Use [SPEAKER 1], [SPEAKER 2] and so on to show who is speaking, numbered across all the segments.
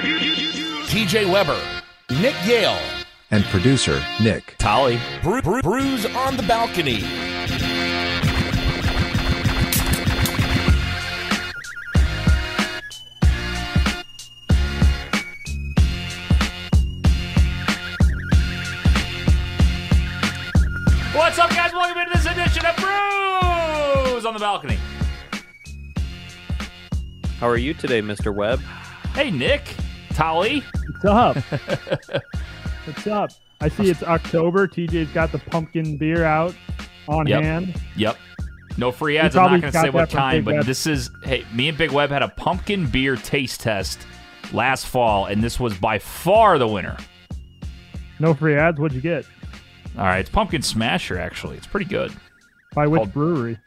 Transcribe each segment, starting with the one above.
[SPEAKER 1] TJ Weber, Nick Yale,
[SPEAKER 2] and producer Nick
[SPEAKER 3] Tolly.
[SPEAKER 1] Bru- Bru- Brews on the Balcony.
[SPEAKER 3] What's up, guys? Welcome into this edition of Brews on the Balcony.
[SPEAKER 4] How are you today, Mr. Webb?
[SPEAKER 3] Hey, Nick, Tolly.
[SPEAKER 5] What's up? What's up? I see it's October. TJ's got the pumpkin beer out on
[SPEAKER 3] Yep.
[SPEAKER 5] hand.
[SPEAKER 3] Yep. No free ads. I'm
[SPEAKER 5] probably
[SPEAKER 3] not going to
[SPEAKER 5] got
[SPEAKER 3] say what
[SPEAKER 5] that from
[SPEAKER 3] kind,
[SPEAKER 5] Big
[SPEAKER 3] but
[SPEAKER 5] Web.
[SPEAKER 3] this is hey, me and Big Web had a pumpkin beer taste test last fall, and this was by far the winner.
[SPEAKER 5] No free ads. What'd you get?
[SPEAKER 3] All right, it's Pumpkin Smasher, actually. It's pretty good.
[SPEAKER 5] By which
[SPEAKER 3] Called-
[SPEAKER 5] brewery?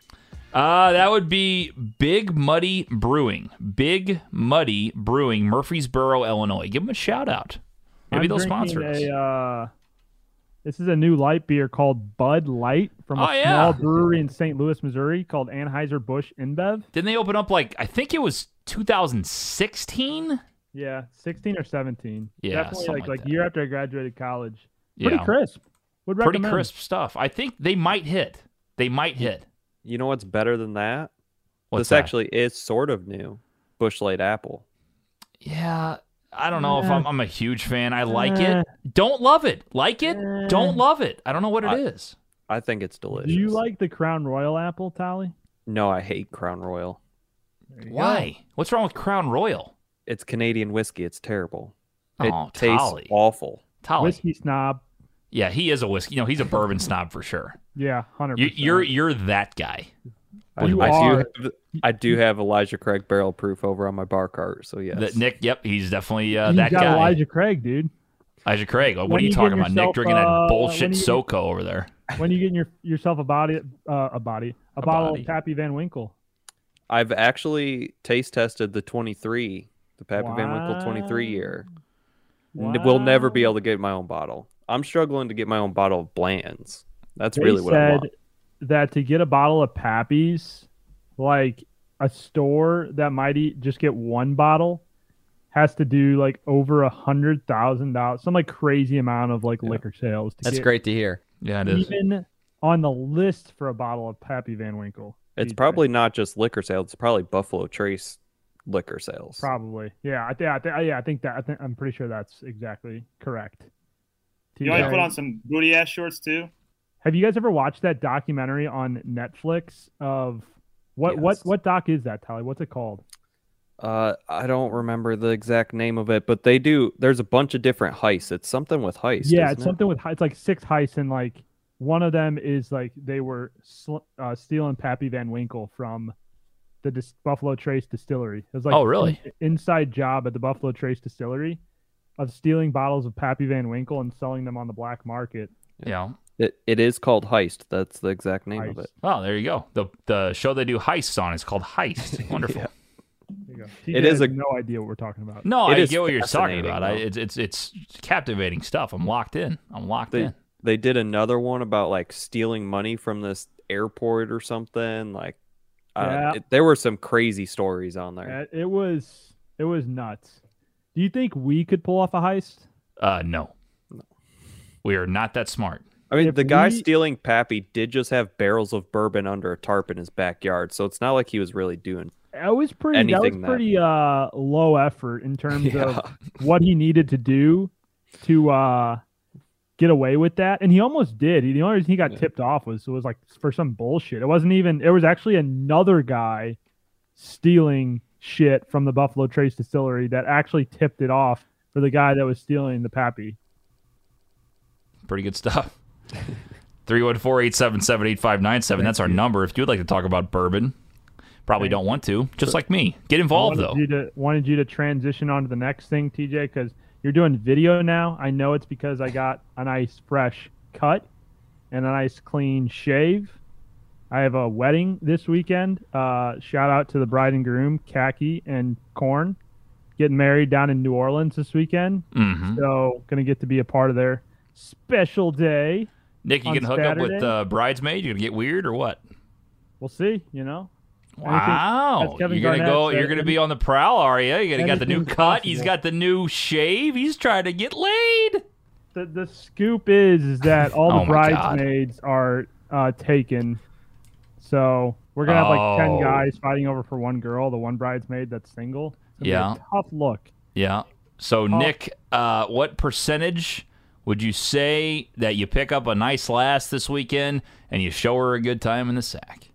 [SPEAKER 3] Uh, that would be Big Muddy Brewing. Big Muddy Brewing, Murfreesboro, Illinois. Give them a shout out. Maybe
[SPEAKER 5] I'm
[SPEAKER 3] they'll
[SPEAKER 5] drinking
[SPEAKER 3] sponsor us.
[SPEAKER 5] a, uh, this is a new light beer called Bud Light from a
[SPEAKER 3] Oh, yeah.
[SPEAKER 5] small brewery in St. Louis, Missouri called Anheuser-Busch InBev.
[SPEAKER 3] Didn't they open up like I think it was 2016?
[SPEAKER 5] Yeah, 16 or 17.
[SPEAKER 3] Yeah,
[SPEAKER 5] Definitely
[SPEAKER 3] something
[SPEAKER 5] like,
[SPEAKER 3] like
[SPEAKER 5] like
[SPEAKER 3] that.
[SPEAKER 5] year after I graduated college.
[SPEAKER 3] Yeah,
[SPEAKER 5] Pretty crisp. Would
[SPEAKER 3] Pretty
[SPEAKER 5] recommend.
[SPEAKER 3] crisp stuff. I think they might hit. They might hit.
[SPEAKER 4] You know what's better than that?
[SPEAKER 3] What's
[SPEAKER 4] this
[SPEAKER 3] that?
[SPEAKER 4] actually is sort of new. Bush Light Apple.
[SPEAKER 3] Yeah, I don't know if
[SPEAKER 5] Uh,
[SPEAKER 3] I'm, I'm a huge fan. I like
[SPEAKER 5] uh,
[SPEAKER 3] it. Don't love it. Like it. Don't
[SPEAKER 5] uh,
[SPEAKER 3] love it. I don't know what it
[SPEAKER 4] I-
[SPEAKER 3] is.
[SPEAKER 4] I think it's delicious.
[SPEAKER 5] Do you like the Crown Royal apple, Tolly?
[SPEAKER 4] No, I hate Crown Royal.
[SPEAKER 3] Why? What's wrong with Crown Royal?
[SPEAKER 4] It's Canadian whiskey. It's terrible.
[SPEAKER 3] Oh,
[SPEAKER 4] it tastes
[SPEAKER 3] Tolly.
[SPEAKER 4] awful.
[SPEAKER 3] Tolly.
[SPEAKER 5] Whiskey snob.
[SPEAKER 3] Yeah, he is a whiskey. No, he's a bourbon snob for sure.
[SPEAKER 5] Yeah, hundred
[SPEAKER 3] You,
[SPEAKER 5] percent.
[SPEAKER 3] you're you're that guy.
[SPEAKER 4] I,
[SPEAKER 5] You
[SPEAKER 4] I
[SPEAKER 5] are-
[SPEAKER 4] do have, I do have Elijah Craig barrel proof over on my bar cart, so yes.
[SPEAKER 3] That Nick. Yep, he's definitely uh,
[SPEAKER 5] You
[SPEAKER 3] that
[SPEAKER 5] got
[SPEAKER 3] guy.
[SPEAKER 5] Elijah Craig, dude.
[SPEAKER 3] Elijah Craig. What
[SPEAKER 5] When
[SPEAKER 3] are you
[SPEAKER 5] you get
[SPEAKER 3] talking about? Nick
[SPEAKER 5] yourself,
[SPEAKER 3] drinking
[SPEAKER 5] uh,
[SPEAKER 3] that
[SPEAKER 5] when
[SPEAKER 3] bullshit
[SPEAKER 5] you get-
[SPEAKER 3] SoCo over there.
[SPEAKER 5] When you getting your yourself a body, uh, a body, a,
[SPEAKER 3] A
[SPEAKER 5] bottle
[SPEAKER 3] body.
[SPEAKER 5] of Pappy Van Winkle.
[SPEAKER 4] I've actually taste tested the 23, the Pappy Van Winkle 23
[SPEAKER 5] Wow.
[SPEAKER 4] year. N- We'll never be able to get my own bottle. I'm struggling to get my own bottle of Bland's. That's
[SPEAKER 5] They
[SPEAKER 4] really what I
[SPEAKER 5] said
[SPEAKER 4] want.
[SPEAKER 5] that to get a bottle of Pappy's, like a store that might eat, just get one bottle, has to do like over a hundred thousand dollars, some like crazy amount of like liquor sales. To
[SPEAKER 6] That's
[SPEAKER 5] get
[SPEAKER 6] great to hear.
[SPEAKER 3] Yeah, it is.
[SPEAKER 5] Even on the list for a bottle of Pappy Van Winkle.
[SPEAKER 4] It's
[SPEAKER 5] Jeez,
[SPEAKER 4] probably not just liquor sales. It's probably Buffalo Trace liquor sales.
[SPEAKER 5] Probably, yeah. I think, I think, yeah. I think that. I think I'm pretty sure that's exactly correct.
[SPEAKER 7] You want
[SPEAKER 5] TJ,
[SPEAKER 7] to put on some booty ass shorts too?
[SPEAKER 5] Have you guys ever watched that documentary on Netflix of what what
[SPEAKER 4] Yes.
[SPEAKER 5] what doc is that, Tally? What's it called?
[SPEAKER 4] Uh, I don't remember the exact name of it, but they do. There's a bunch of different heists. It's something with heist.
[SPEAKER 5] yeah,
[SPEAKER 4] isn't
[SPEAKER 5] it's
[SPEAKER 4] it?
[SPEAKER 5] something with hei- it's like six heists and like one of them is like they were sl- uh, stealing Pappy Van Winkle from the dis- Buffalo Trace distillery. It was like
[SPEAKER 3] Oh, really?
[SPEAKER 5] an inside job at the Buffalo Trace distillery of stealing bottles of Pappy Van Winkle and selling them on the black market.
[SPEAKER 3] Yeah.
[SPEAKER 4] It, it is called heist. That's the exact name of
[SPEAKER 5] Heist.
[SPEAKER 4] it.
[SPEAKER 3] Well, there you go. The the show they do heists on is called Heist. Wonderful.
[SPEAKER 5] There you go.
[SPEAKER 4] It
[SPEAKER 5] TJ
[SPEAKER 4] is
[SPEAKER 5] has
[SPEAKER 4] a-
[SPEAKER 5] no idea what we're talking about.
[SPEAKER 3] No,
[SPEAKER 4] It
[SPEAKER 3] I
[SPEAKER 4] is
[SPEAKER 3] get what you're talking
[SPEAKER 4] fascinating,
[SPEAKER 3] about. I,
[SPEAKER 4] though.
[SPEAKER 3] it's it's it's captivating stuff. I'm locked in. I'm locked
[SPEAKER 4] They
[SPEAKER 3] in.
[SPEAKER 4] they did another one about like stealing money from this airport or something. Like, uh,
[SPEAKER 5] Yeah.
[SPEAKER 4] it- there were some crazy stories on there.
[SPEAKER 5] Uh, It was it was nuts. Do you think we could pull off a heist?
[SPEAKER 3] Uh, no. We are not that smart.
[SPEAKER 4] I mean,
[SPEAKER 5] if
[SPEAKER 4] the guy
[SPEAKER 5] we-
[SPEAKER 4] stealing Pappy did just have barrels of bourbon under a tarp in his backyard, so it's not like he was really doing.
[SPEAKER 5] It was pretty. that was
[SPEAKER 4] Anything that-
[SPEAKER 5] pretty uh, low effort in terms
[SPEAKER 4] Yeah.
[SPEAKER 5] of what he needed to do to uh, get away with that, and he almost did. He, the only reason he got
[SPEAKER 4] Yeah.
[SPEAKER 5] tipped off was was like for some bullshit. It wasn't even. It was actually another guy stealing shit from the Buffalo Trace distillery that actually tipped it off for the guy that was stealing the pappy.
[SPEAKER 3] Pretty good stuff. 314-877-8597. That's our number. If you would like to talk about bourbon, probably don't want to. Just like me. Get involved
[SPEAKER 5] wanted
[SPEAKER 3] though.
[SPEAKER 5] You to, wanted you to transition on to the next thing, TJ, because you're doing video now. I know it's because I got a nice fresh cut and a nice clean shave. I have a wedding this weekend. Uh, shout out to the bride and groom, Khaki and Corn, getting married down in New Orleans this weekend.
[SPEAKER 3] hmm
[SPEAKER 5] So gonna get to be a part of their special day.
[SPEAKER 3] Nick, you
[SPEAKER 5] on
[SPEAKER 3] can hook up with
[SPEAKER 5] Saturday?
[SPEAKER 3] uh, bridesmaid. You gonna get weird or what?
[SPEAKER 5] We'll see. You know, that's
[SPEAKER 3] Wow,
[SPEAKER 5] Kevin
[SPEAKER 3] you're gonna
[SPEAKER 5] Garnett
[SPEAKER 3] go.
[SPEAKER 5] said
[SPEAKER 3] You're gonna be on the prowl, are you? You gonna got the new
[SPEAKER 5] anything's
[SPEAKER 3] cut. He's
[SPEAKER 5] possible.
[SPEAKER 3] got the new shave. He's trying to get laid.
[SPEAKER 5] The, the scoop is, is that all the
[SPEAKER 3] Oh my God.
[SPEAKER 5] bridesmaids are uh, taken. So we're going to have like 10
[SPEAKER 3] Oh.
[SPEAKER 5] guys fighting over for one girl, the one bridesmaid that's single. It's gonna be a
[SPEAKER 3] Yeah.
[SPEAKER 5] tough look.
[SPEAKER 3] Yeah.
[SPEAKER 5] Oh.
[SPEAKER 3] So Nick, uh, what percentage would you say that you pick up a nice lass this weekend and you show her a good time in the sack?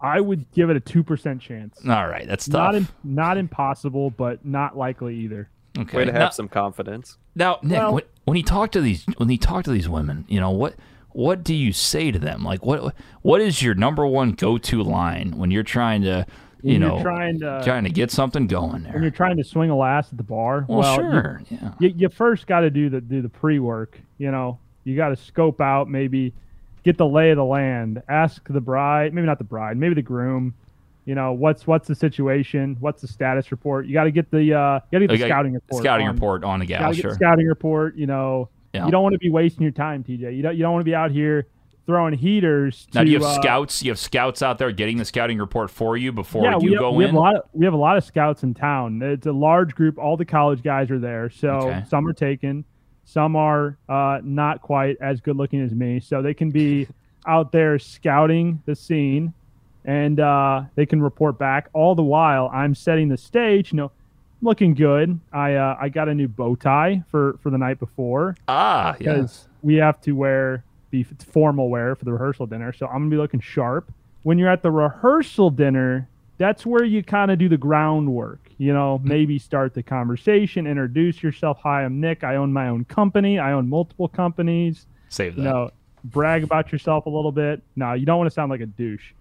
[SPEAKER 5] I would give it a 2% chance.
[SPEAKER 3] All right, that's tough.
[SPEAKER 5] Not, im- not impossible, but not likely either.
[SPEAKER 3] okay.
[SPEAKER 4] Way to have
[SPEAKER 3] Now-
[SPEAKER 4] some confidence.
[SPEAKER 3] Now, Nick,
[SPEAKER 5] Well-
[SPEAKER 3] when, when you talk to these when you talk to these women, you know what what do you say to them? Like what what is your number one go to line when you're trying to you
[SPEAKER 5] When you're
[SPEAKER 3] know
[SPEAKER 5] trying to-
[SPEAKER 3] trying to get something going
[SPEAKER 5] When you're
[SPEAKER 3] there?
[SPEAKER 5] trying to swing a lass at the bar,
[SPEAKER 3] Well,
[SPEAKER 5] well, you-
[SPEAKER 3] sure, yeah.
[SPEAKER 5] you, you first got to do the do the pre work. You know, you got to scope out, maybe get the lay of the land. Ask the bride, maybe not the bride, maybe the groom. You know, what's what's the situation? What's the status report? You got to get the uh, you got to get the
[SPEAKER 3] Okay,
[SPEAKER 5] scouting report.
[SPEAKER 3] Scouting
[SPEAKER 5] on.
[SPEAKER 3] report on the
[SPEAKER 5] You
[SPEAKER 3] gal,
[SPEAKER 5] gotta get the
[SPEAKER 3] sure.
[SPEAKER 5] scouting report. You know,
[SPEAKER 3] Yeah.
[SPEAKER 5] you don't want to be wasting your time, TJ. You don't you don't want to be out here throwing heaters.
[SPEAKER 3] Now,
[SPEAKER 5] to,
[SPEAKER 3] do you have
[SPEAKER 5] uh,
[SPEAKER 3] scouts? You have scouts out there getting the scouting report for you before
[SPEAKER 5] yeah,
[SPEAKER 3] you
[SPEAKER 5] we,
[SPEAKER 3] go
[SPEAKER 5] we
[SPEAKER 3] in.
[SPEAKER 5] have a lot. Of, we have a lot of scouts in town. It's a large group. All the college guys are there. So
[SPEAKER 3] Okay.
[SPEAKER 5] some are taken, some are uh, not quite as good looking as me. So they can be out there scouting the scene, and uh, they can report back. All the while, I'm setting the stage. You know, looking good. I uh, I got a new bow tie for for the night before
[SPEAKER 3] ah, yeah.
[SPEAKER 5] because we have to wear be it's formal wear for the rehearsal dinner. So I'm gonna be looking sharp. When you're at the rehearsal dinner, that's where you kind of do the groundwork. You know,
[SPEAKER 3] Mm-hmm.
[SPEAKER 5] maybe start the conversation, introduce yourself. Hi, I'm Nick. I own my own company. I own multiple companies.
[SPEAKER 3] Save that.
[SPEAKER 5] You know, brag about yourself a little bit. No, you don't want to sound like a douche.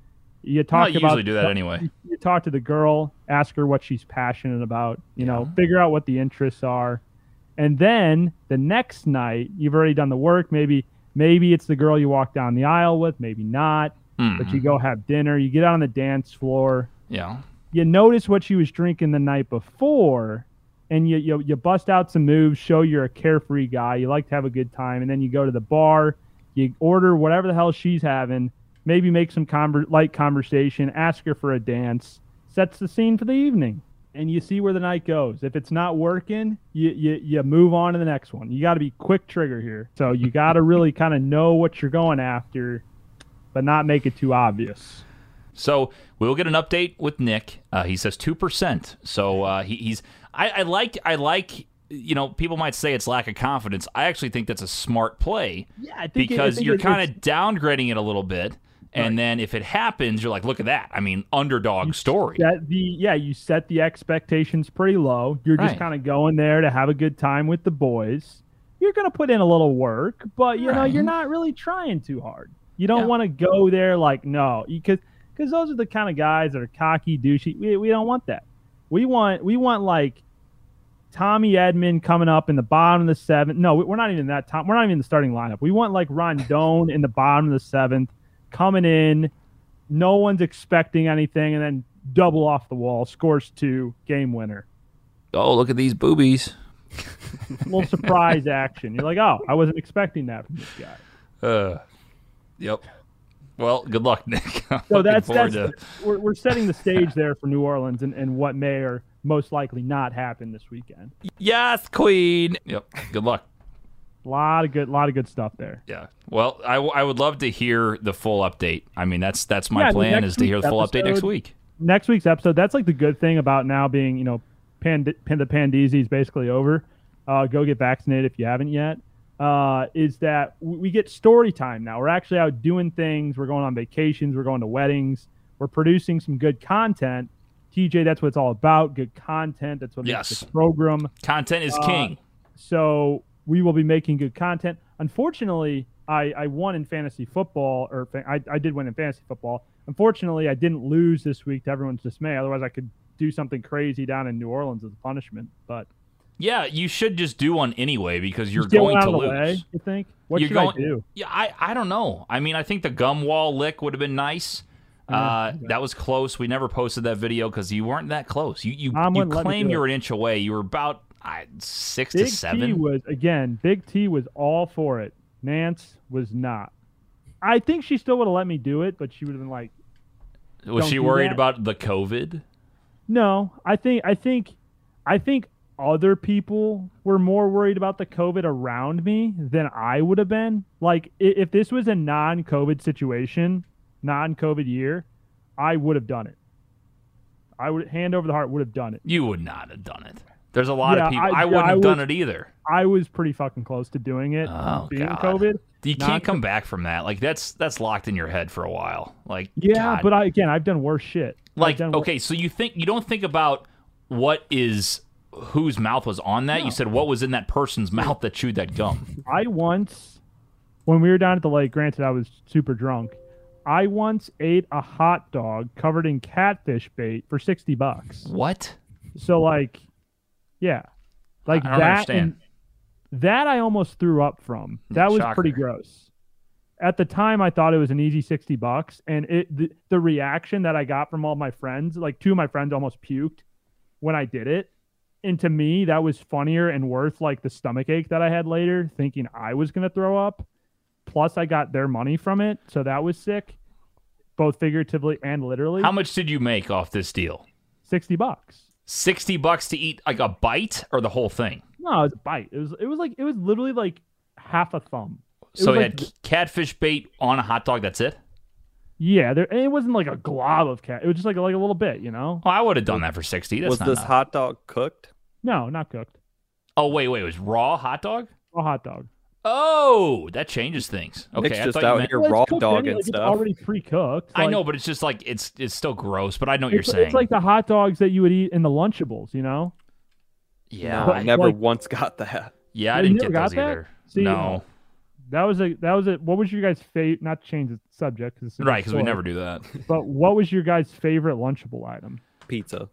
[SPEAKER 5] You
[SPEAKER 3] No,
[SPEAKER 5] talk
[SPEAKER 3] you
[SPEAKER 5] about
[SPEAKER 3] usually do that anyway.
[SPEAKER 5] you talk to the girl, ask her what she's passionate about, you know, figure out what the interests are. And then the next night, you've already done the work. Maybe maybe it's the girl you walk down the aisle with, maybe not.
[SPEAKER 3] Hmm,
[SPEAKER 5] But you go have dinner, you get out on the dance floor,
[SPEAKER 3] Yeah.
[SPEAKER 5] you notice what she was drinking the night before, and you, you you bust out some moves, show you're a carefree guy, you like to have a good time, and then you go to the bar, you order whatever the hell she's having, maybe make some conver- light conversation, ask her for a dance, sets the scene for the evening, and you see where the night goes. If it's not working, you you, you move on to the next one. You got to be quick trigger here, so you got to really kind of know what you're going after, but not make it too obvious.
[SPEAKER 3] So we'll get an update with Nick. Uh, he says two percent. So uh, he, he's I, I like I like you know people might say it's lack of confidence. I actually think that's a smart play
[SPEAKER 5] Yeah, I think it- I
[SPEAKER 3] because
[SPEAKER 5] think
[SPEAKER 3] you're
[SPEAKER 5] it- it's-
[SPEAKER 3] kind of downgrading it a little bit, and then if it happens, you're like, look at that. I mean, underdog story.
[SPEAKER 5] set the yeah you set the expectations pretty low you're just
[SPEAKER 3] Right.
[SPEAKER 5] kind of going there to have a good time with the boys you're going to put in a little work but you know you're
[SPEAKER 3] Right.
[SPEAKER 5] not really trying too hard you don't
[SPEAKER 3] Yeah.
[SPEAKER 5] want to go there like no because because those are the kind of guys that are cocky douchey we, we don't want that we want we want like Tommy Edmond coming up in the bottom of the seventh. No, we- we're not even in that top. We're not even in the starting lineup. We want like Rondone in the bottom of the seventh coming in. No one's expecting anything, and then double off the wall, scores two, game winner.
[SPEAKER 3] Oh, look at these boobies.
[SPEAKER 5] A little surprise action. You're like, oh, I wasn't expecting that from this guy.
[SPEAKER 3] Uh, yep. Well, good luck, Nick. I'm
[SPEAKER 5] So
[SPEAKER 3] looking
[SPEAKER 5] that's
[SPEAKER 3] forward
[SPEAKER 5] that's
[SPEAKER 3] to-
[SPEAKER 5] we're, we're setting the stage there for New Orleans and, and what may or most likely not happen this weekend.
[SPEAKER 3] yes, Queen. Yep. Good luck.
[SPEAKER 5] A lot of good, lot of good stuff there.
[SPEAKER 3] Yeah. Well, I, w- I would love to hear the full update. I mean, that's that's my
[SPEAKER 5] Yeah, I mean,
[SPEAKER 3] plan
[SPEAKER 5] next
[SPEAKER 3] is to hear the
[SPEAKER 5] week's
[SPEAKER 3] full update next
[SPEAKER 5] episode-
[SPEAKER 3] week.
[SPEAKER 5] next week's episode. That's like the good thing about now being, you know, pand- pan- the pandeezy is basically over. Uh, go get vaccinated if you haven't yet. Uh, is that w- we get story time now? We're actually out doing things. We're going on vacations. We're going to weddings. We're producing some good content. TJ, that's what it's all about. Good content. That's what makes
[SPEAKER 3] Yes.
[SPEAKER 5] this program
[SPEAKER 3] Content is
[SPEAKER 5] Uh,
[SPEAKER 3] king.
[SPEAKER 5] so we will be making good content. Unfortunately, I, I won in fantasy football, or fa- I, I did win in fantasy football. Unfortunately, I didn't lose this week to everyone's dismay. Otherwise, I could do something crazy down in New Orleans as a punishment. But
[SPEAKER 3] Yeah, you should just do one anyway because you're
[SPEAKER 5] Just get
[SPEAKER 3] going
[SPEAKER 5] one out
[SPEAKER 3] to
[SPEAKER 5] of the
[SPEAKER 3] lose.
[SPEAKER 5] way. You think? What
[SPEAKER 3] You're
[SPEAKER 5] should I
[SPEAKER 3] going-
[SPEAKER 5] do?
[SPEAKER 3] Yeah, I, I don't know. I mean, I think the gum wall lick would have been nice. Uh, that was close. We never posted that video because you weren't that close. You you,
[SPEAKER 5] Mom
[SPEAKER 3] you
[SPEAKER 5] wouldn't let me
[SPEAKER 3] claimed
[SPEAKER 5] do
[SPEAKER 3] you were an inch away. You were about uh, six
[SPEAKER 5] Big
[SPEAKER 3] to
[SPEAKER 5] T
[SPEAKER 3] seven.
[SPEAKER 5] was again. Big T was all for it. Nance was not. I think she still would have let me do it, but she would have been like,
[SPEAKER 3] Was
[SPEAKER 5] Don't
[SPEAKER 3] she
[SPEAKER 5] do
[SPEAKER 3] worried
[SPEAKER 5] that.
[SPEAKER 3] about the COVID?
[SPEAKER 5] No, I think I think I think other people were more worried about the COVID around me than I would have been. Like i- if this was a non-COVID situation, non-COVID year, I would have done it. I would hand over the heart would have done it.
[SPEAKER 3] You would not have done it. There's a lot
[SPEAKER 5] Yeah,
[SPEAKER 3] of people.
[SPEAKER 5] I-
[SPEAKER 3] I,
[SPEAKER 5] yeah,
[SPEAKER 3] wouldn't
[SPEAKER 5] I
[SPEAKER 3] have
[SPEAKER 5] would-
[SPEAKER 3] done it either.
[SPEAKER 5] I was pretty fucking close to doing it
[SPEAKER 3] Oh,
[SPEAKER 5] being
[SPEAKER 3] God.
[SPEAKER 5] COVID.
[SPEAKER 3] You
[SPEAKER 5] Not
[SPEAKER 3] can't come back from that. Like that's that's locked in your head for a while. Like
[SPEAKER 5] Yeah,
[SPEAKER 3] God.
[SPEAKER 5] but I again I've done worse shit. I've
[SPEAKER 3] like
[SPEAKER 5] done wor-
[SPEAKER 3] okay, so you think you don't think about what is whose mouth was on that? You said what was in that person's mouth that chewed that gum.
[SPEAKER 5] I once, when we were down at the lake, granted I was super drunk, I once ate a hot dog covered in catfish bait for 60 bucks.
[SPEAKER 3] what?
[SPEAKER 5] So, like, yeah. Like
[SPEAKER 3] I don't
[SPEAKER 5] that.
[SPEAKER 3] understand.
[SPEAKER 5] and- that I almost threw up from. That was pretty
[SPEAKER 3] shocker.
[SPEAKER 5] gross. At the time, I thought it was an easy 60 bucks. And it the, the reaction that I got from all my friends, like two of my friends almost puked when I did it. And to me, that was funnier and worth like the stomach ache that I had later, thinking I was going to throw up. Plus, I got their money from it. So that was sick, both figuratively and literally.
[SPEAKER 3] How much did you make off this deal?
[SPEAKER 5] 60 bucks.
[SPEAKER 3] Sixty bucks to eat like a bite or the whole thing?
[SPEAKER 5] No, it was a bite. It was, it was like, it was literally like half a thumb. It
[SPEAKER 3] so
[SPEAKER 5] was
[SPEAKER 3] you
[SPEAKER 5] like-
[SPEAKER 3] had c- catfish bait on a hot dog. That's it.
[SPEAKER 5] Yeah, there, and it wasn't like a glob of cat. It was just like like a little bit, you know.
[SPEAKER 3] Oh, I would have done that for sixty. That's
[SPEAKER 4] was
[SPEAKER 3] not
[SPEAKER 4] this
[SPEAKER 3] enough.
[SPEAKER 4] hot dog cooked?
[SPEAKER 5] No, not cooked.
[SPEAKER 3] Oh wait, wait, it was raw hot dog.
[SPEAKER 5] A hot dog.
[SPEAKER 3] Oh, that changes things. Okay,
[SPEAKER 4] Nick's
[SPEAKER 3] I
[SPEAKER 4] just
[SPEAKER 3] thought you
[SPEAKER 4] out
[SPEAKER 3] meant-
[SPEAKER 4] here
[SPEAKER 5] Well, it's
[SPEAKER 4] raw
[SPEAKER 5] cooked
[SPEAKER 4] dog
[SPEAKER 5] anyway,
[SPEAKER 4] and
[SPEAKER 5] it's
[SPEAKER 4] stuff.
[SPEAKER 5] already pre-cooked.
[SPEAKER 3] I
[SPEAKER 5] like,
[SPEAKER 3] know, but it's just like it's it's still gross. But I know what
[SPEAKER 5] It's,
[SPEAKER 3] you're saying.
[SPEAKER 5] it's like the hot dogs that you would eat in the Lunchables, you know.
[SPEAKER 3] yeah,
[SPEAKER 4] No,
[SPEAKER 5] but-
[SPEAKER 3] I-
[SPEAKER 4] I never
[SPEAKER 5] like-
[SPEAKER 4] once got that.
[SPEAKER 3] yeah, I
[SPEAKER 5] You
[SPEAKER 3] didn't
[SPEAKER 5] never
[SPEAKER 3] get
[SPEAKER 5] got
[SPEAKER 3] those
[SPEAKER 5] that?
[SPEAKER 3] either.
[SPEAKER 5] See,
[SPEAKER 3] no,
[SPEAKER 5] That was a that was a. What was your guys' favorite? Not to change the subject, cause it's a
[SPEAKER 3] right? Because we
[SPEAKER 5] story,
[SPEAKER 3] never do that.
[SPEAKER 5] But what was your guys' favorite Lunchable item?
[SPEAKER 4] Pizza.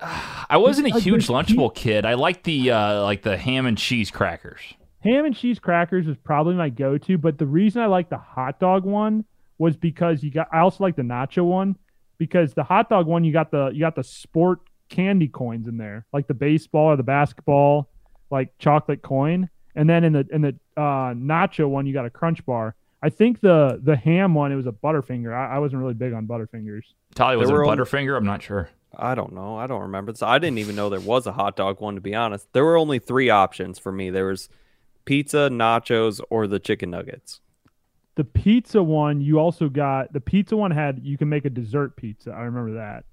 [SPEAKER 3] I wasn't a
[SPEAKER 5] like
[SPEAKER 3] huge
[SPEAKER 5] the
[SPEAKER 3] Lunchable kid. I liked the uh, like the ham and cheese crackers.
[SPEAKER 5] Ham and cheese crackers was probably my go-to, but the reason I liked the hot dog one was because you got. I also like the nacho one because the hot dog one you got the you got the sport candy coins in there, like the baseball or the basketball, like chocolate coin, and then in the in the uh, nacho one you got a crunch bar. I think the the ham one it was a Butterfinger. I, I wasn't really big on Butterfingers.
[SPEAKER 3] Tolly was it
[SPEAKER 4] were only-
[SPEAKER 3] Butterfinger. I'm not sure.
[SPEAKER 4] I don't know. I don't remember. So I didn't even know there was a hot dog one. To be honest, there were only three options for me. There was pizza, nachos, or the chicken nuggets.
[SPEAKER 5] The pizza one, you also got the pizza one had you can make a dessert pizza. I remember that.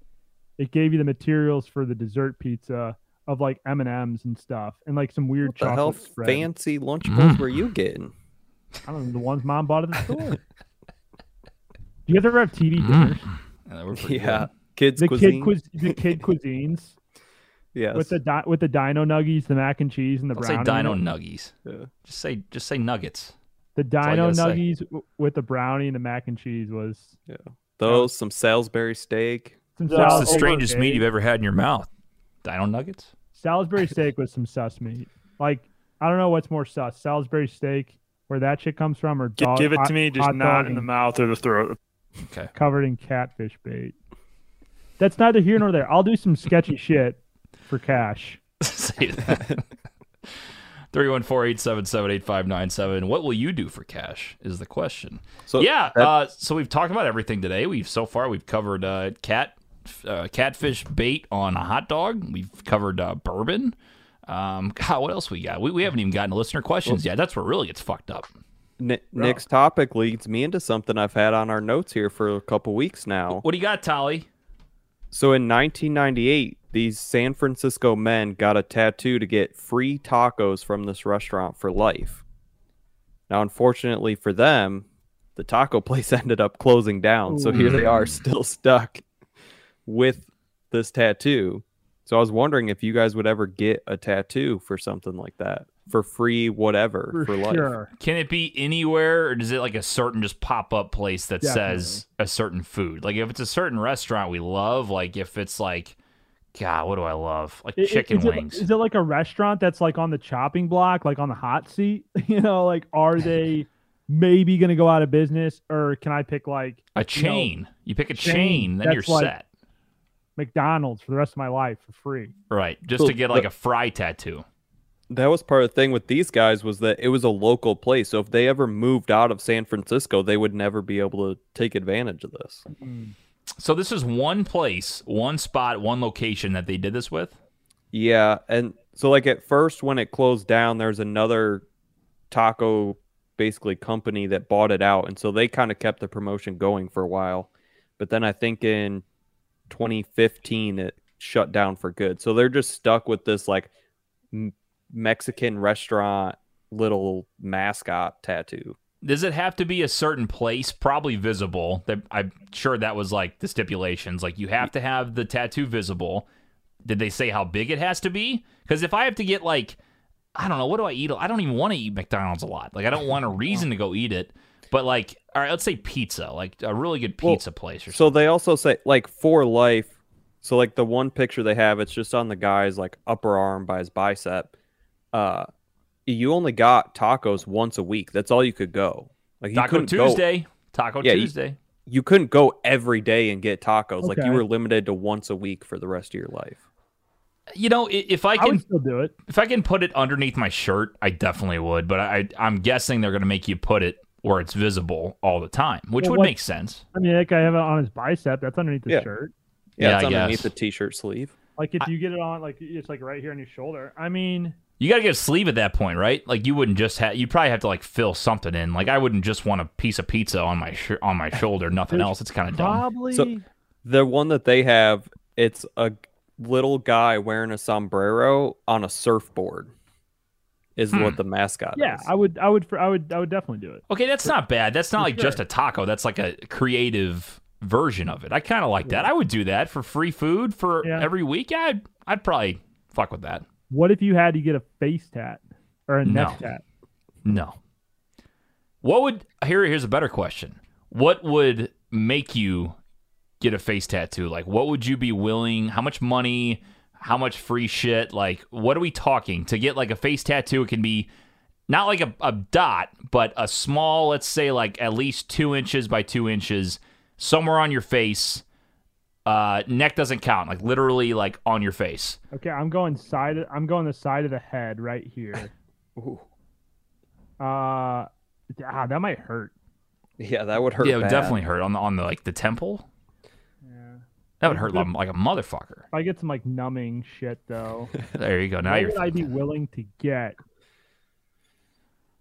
[SPEAKER 5] It gave you the materials for the dessert pizza of like M and M's and stuff, and like some weird
[SPEAKER 4] What the hell
[SPEAKER 5] chocolate spread.
[SPEAKER 4] fancy
[SPEAKER 3] Mm-hmm.
[SPEAKER 4] lunchables were you getting?
[SPEAKER 5] I don't know the ones mom bought at the store. Do you guys ever have TV dinners?
[SPEAKER 3] Yeah, they were pretty
[SPEAKER 4] Yeah,
[SPEAKER 3] good.
[SPEAKER 4] Mm-hmm. kids
[SPEAKER 5] The
[SPEAKER 4] cuisine.
[SPEAKER 5] kid cuis- the kid cuisines
[SPEAKER 4] yes.
[SPEAKER 5] with the di- with the Dino Nuggies, the mac and cheese, and the
[SPEAKER 3] Don't say
[SPEAKER 5] brownie.
[SPEAKER 3] Dino Nuggies.
[SPEAKER 4] Yeah.
[SPEAKER 3] Just say just say Nuggets.
[SPEAKER 5] the
[SPEAKER 3] all I
[SPEAKER 5] Dino
[SPEAKER 3] gotta say.
[SPEAKER 5] Nuggies w- with the brownie and the mac and cheese was
[SPEAKER 4] Those some Salisbury steak.
[SPEAKER 5] some
[SPEAKER 7] That's the
[SPEAKER 5] Salisbury
[SPEAKER 7] It's the
[SPEAKER 5] steak.
[SPEAKER 3] ever had in your mouth. Dino Nuggets.
[SPEAKER 5] Salisbury steak with some sus meat. Like I don't know what's more sus, Salisbury steak, where that shit comes from, or
[SPEAKER 7] G-
[SPEAKER 5] dog,
[SPEAKER 7] give it
[SPEAKER 5] hot-
[SPEAKER 7] to me, just
[SPEAKER 5] hot
[SPEAKER 7] not
[SPEAKER 5] dog
[SPEAKER 7] in the
[SPEAKER 5] and
[SPEAKER 7] mouth or the throat.
[SPEAKER 5] covered in catfish bait. That's neither here nor there. I'll do some sketchy shit for cash.
[SPEAKER 3] say that. 314-877-8597. What will you do for cash is the question.
[SPEAKER 4] So
[SPEAKER 3] yeah,
[SPEAKER 4] that-
[SPEAKER 3] uh, so we've talked about everything today. We've so far we've covered uh, cat uh, catfish bait on a hot dog. We've covered uh, bourbon. Um, God, what else we got? We, we haven't even gotten to listener questions yet. That's where it really gets fucked up.
[SPEAKER 4] Ni- Nick's topic leads me into something I've had on our notes here for a couple weeks now.
[SPEAKER 3] What do you got, Tolly?
[SPEAKER 4] So in 1998, these San Francisco men got a tattoo to get free tacos from this restaurant for life. Now, unfortunately for them, the taco place ended up closing down. So here they are, still stuck with this tattoo. So I was wondering if you guys would ever get a tattoo for something like that for free, whatever for,
[SPEAKER 5] For,
[SPEAKER 4] life.
[SPEAKER 5] sure.
[SPEAKER 3] Can it be anywhere, or does it like a certain just pop up place that says a certain food? Like if it's a certain restaurant we love, like if it's like, God, what do I love? Like
[SPEAKER 5] I- i-
[SPEAKER 3] chicken
[SPEAKER 5] is
[SPEAKER 3] wings.
[SPEAKER 5] It, is it like a restaurant that's like on the chopping block, like on the hot seat? You know, like are they maybe gonna go out of business, or can I pick like
[SPEAKER 3] a chain. You, pick a chain,
[SPEAKER 5] chain,
[SPEAKER 3] then you're
[SPEAKER 5] that's like-
[SPEAKER 3] set.
[SPEAKER 5] McDonald's for the rest of my life for free?
[SPEAKER 3] Right, just
[SPEAKER 4] So
[SPEAKER 3] to get like
[SPEAKER 4] the-
[SPEAKER 3] a fry tattoo.
[SPEAKER 4] That was part of the thing with these guys was that it was a local place. So if they ever moved out of San Francisco, they would never be able to take advantage of this.
[SPEAKER 3] So this is one place, one spot, one location that they did this with.
[SPEAKER 4] Yeah, and so like at first when it closed down, there's another taco basically company that bought it out, and so they kind of kept the promotion going for a while. But then I think in 2015 it shut down for good. So they're just stuck with this like m- Mexican restaurant little mascot tattoo.
[SPEAKER 3] Does it have to be a certain place? Probably visible. That I'm sure that was like the stipulations. Like you have to have the tattoo visible. Did they say how big it has to be? Because if I have to get like, I don't know, what do I eat? I don't even want to eat McDonald's a lot. Like I don't want a reason to go eat it. But like, all right, let's say pizza, like a really good
[SPEAKER 4] Well,
[SPEAKER 3] pizza place or something.
[SPEAKER 4] So they also say like for life. So like the one picture they have, it's just on the guy's like upper arm by his bicep. Uh, you only got tacos once a week. That's all you could go. Like you
[SPEAKER 3] Taco
[SPEAKER 4] couldn't go-
[SPEAKER 3] Tuesday, Taco
[SPEAKER 4] Yeah, you-
[SPEAKER 3] Tuesday.
[SPEAKER 4] you couldn't go every day and get tacos. Like
[SPEAKER 5] Okay.
[SPEAKER 4] you were limited to once a week for the rest of your life.
[SPEAKER 3] You know, i- if I
[SPEAKER 5] I
[SPEAKER 3] can
[SPEAKER 5] would still do it.
[SPEAKER 3] if I can put it underneath my shirt, I definitely would. But I, I'm guessing they're going to make you put it where it's visible all the time, which
[SPEAKER 5] Well,
[SPEAKER 3] would
[SPEAKER 5] what-
[SPEAKER 3] make sense.
[SPEAKER 5] I mean, that guy have it on his bicep. That's underneath his
[SPEAKER 4] Yeah.
[SPEAKER 5] shirt.
[SPEAKER 4] Yeah,
[SPEAKER 3] Yeah,
[SPEAKER 4] it's
[SPEAKER 3] I
[SPEAKER 4] underneath
[SPEAKER 3] guess.
[SPEAKER 4] the t-shirt sleeve.
[SPEAKER 5] Like if you get it on, like it's like right here on your shoulder. I mean,
[SPEAKER 3] You got to get a sleeve at that point, right? Like you wouldn't just have. You probably have to like fill something in. Like I wouldn't just want a piece of pizza on my sh- on my shoulder, nothing
[SPEAKER 5] There's
[SPEAKER 3] else. It's kind of dumb.
[SPEAKER 5] probably.
[SPEAKER 4] So- The one that they have, it's a little guy wearing a sombrero on a surfboard. Is
[SPEAKER 3] Hmm.
[SPEAKER 4] what the mascot
[SPEAKER 5] yeah,
[SPEAKER 4] is.
[SPEAKER 5] I would. I would. I would. I would definitely do it.
[SPEAKER 3] Okay, that's not bad. That's not like just a taco. That's like a creative version of it. I kind of like that. I would do that for free food for
[SPEAKER 5] Yeah.
[SPEAKER 3] every week. Yeah, I'd I'd probably fuck with that.
[SPEAKER 5] What if you had to get a face tat or a neck
[SPEAKER 3] No.
[SPEAKER 5] tat?
[SPEAKER 3] No. What would here? Here's a better question. What would make you get a face tattoo? Like, what would you be willing? How much money? How much free shit? Like, what are we talking to get like a face tattoo? It can be not like a, a dot, but a small, let's say like at least two inches by two inches, somewhere on your face. Uh, neck doesn't count. Like literally, like on your face.
[SPEAKER 5] Okay, I'm going side. Of, I'm going the side of the head right here.
[SPEAKER 4] Ooh.
[SPEAKER 5] Uh, ah, that might hurt.
[SPEAKER 4] Yeah, that would hurt.
[SPEAKER 3] yeah, it would
[SPEAKER 4] bad.
[SPEAKER 3] definitely hurt on the on the like the temple.
[SPEAKER 5] Yeah.
[SPEAKER 3] That would hurt like like a motherfucker.
[SPEAKER 5] If I get some like numbing shit though,
[SPEAKER 3] There you go. Now
[SPEAKER 5] what
[SPEAKER 3] you're
[SPEAKER 5] would I be
[SPEAKER 3] thinking.
[SPEAKER 5] willing to get?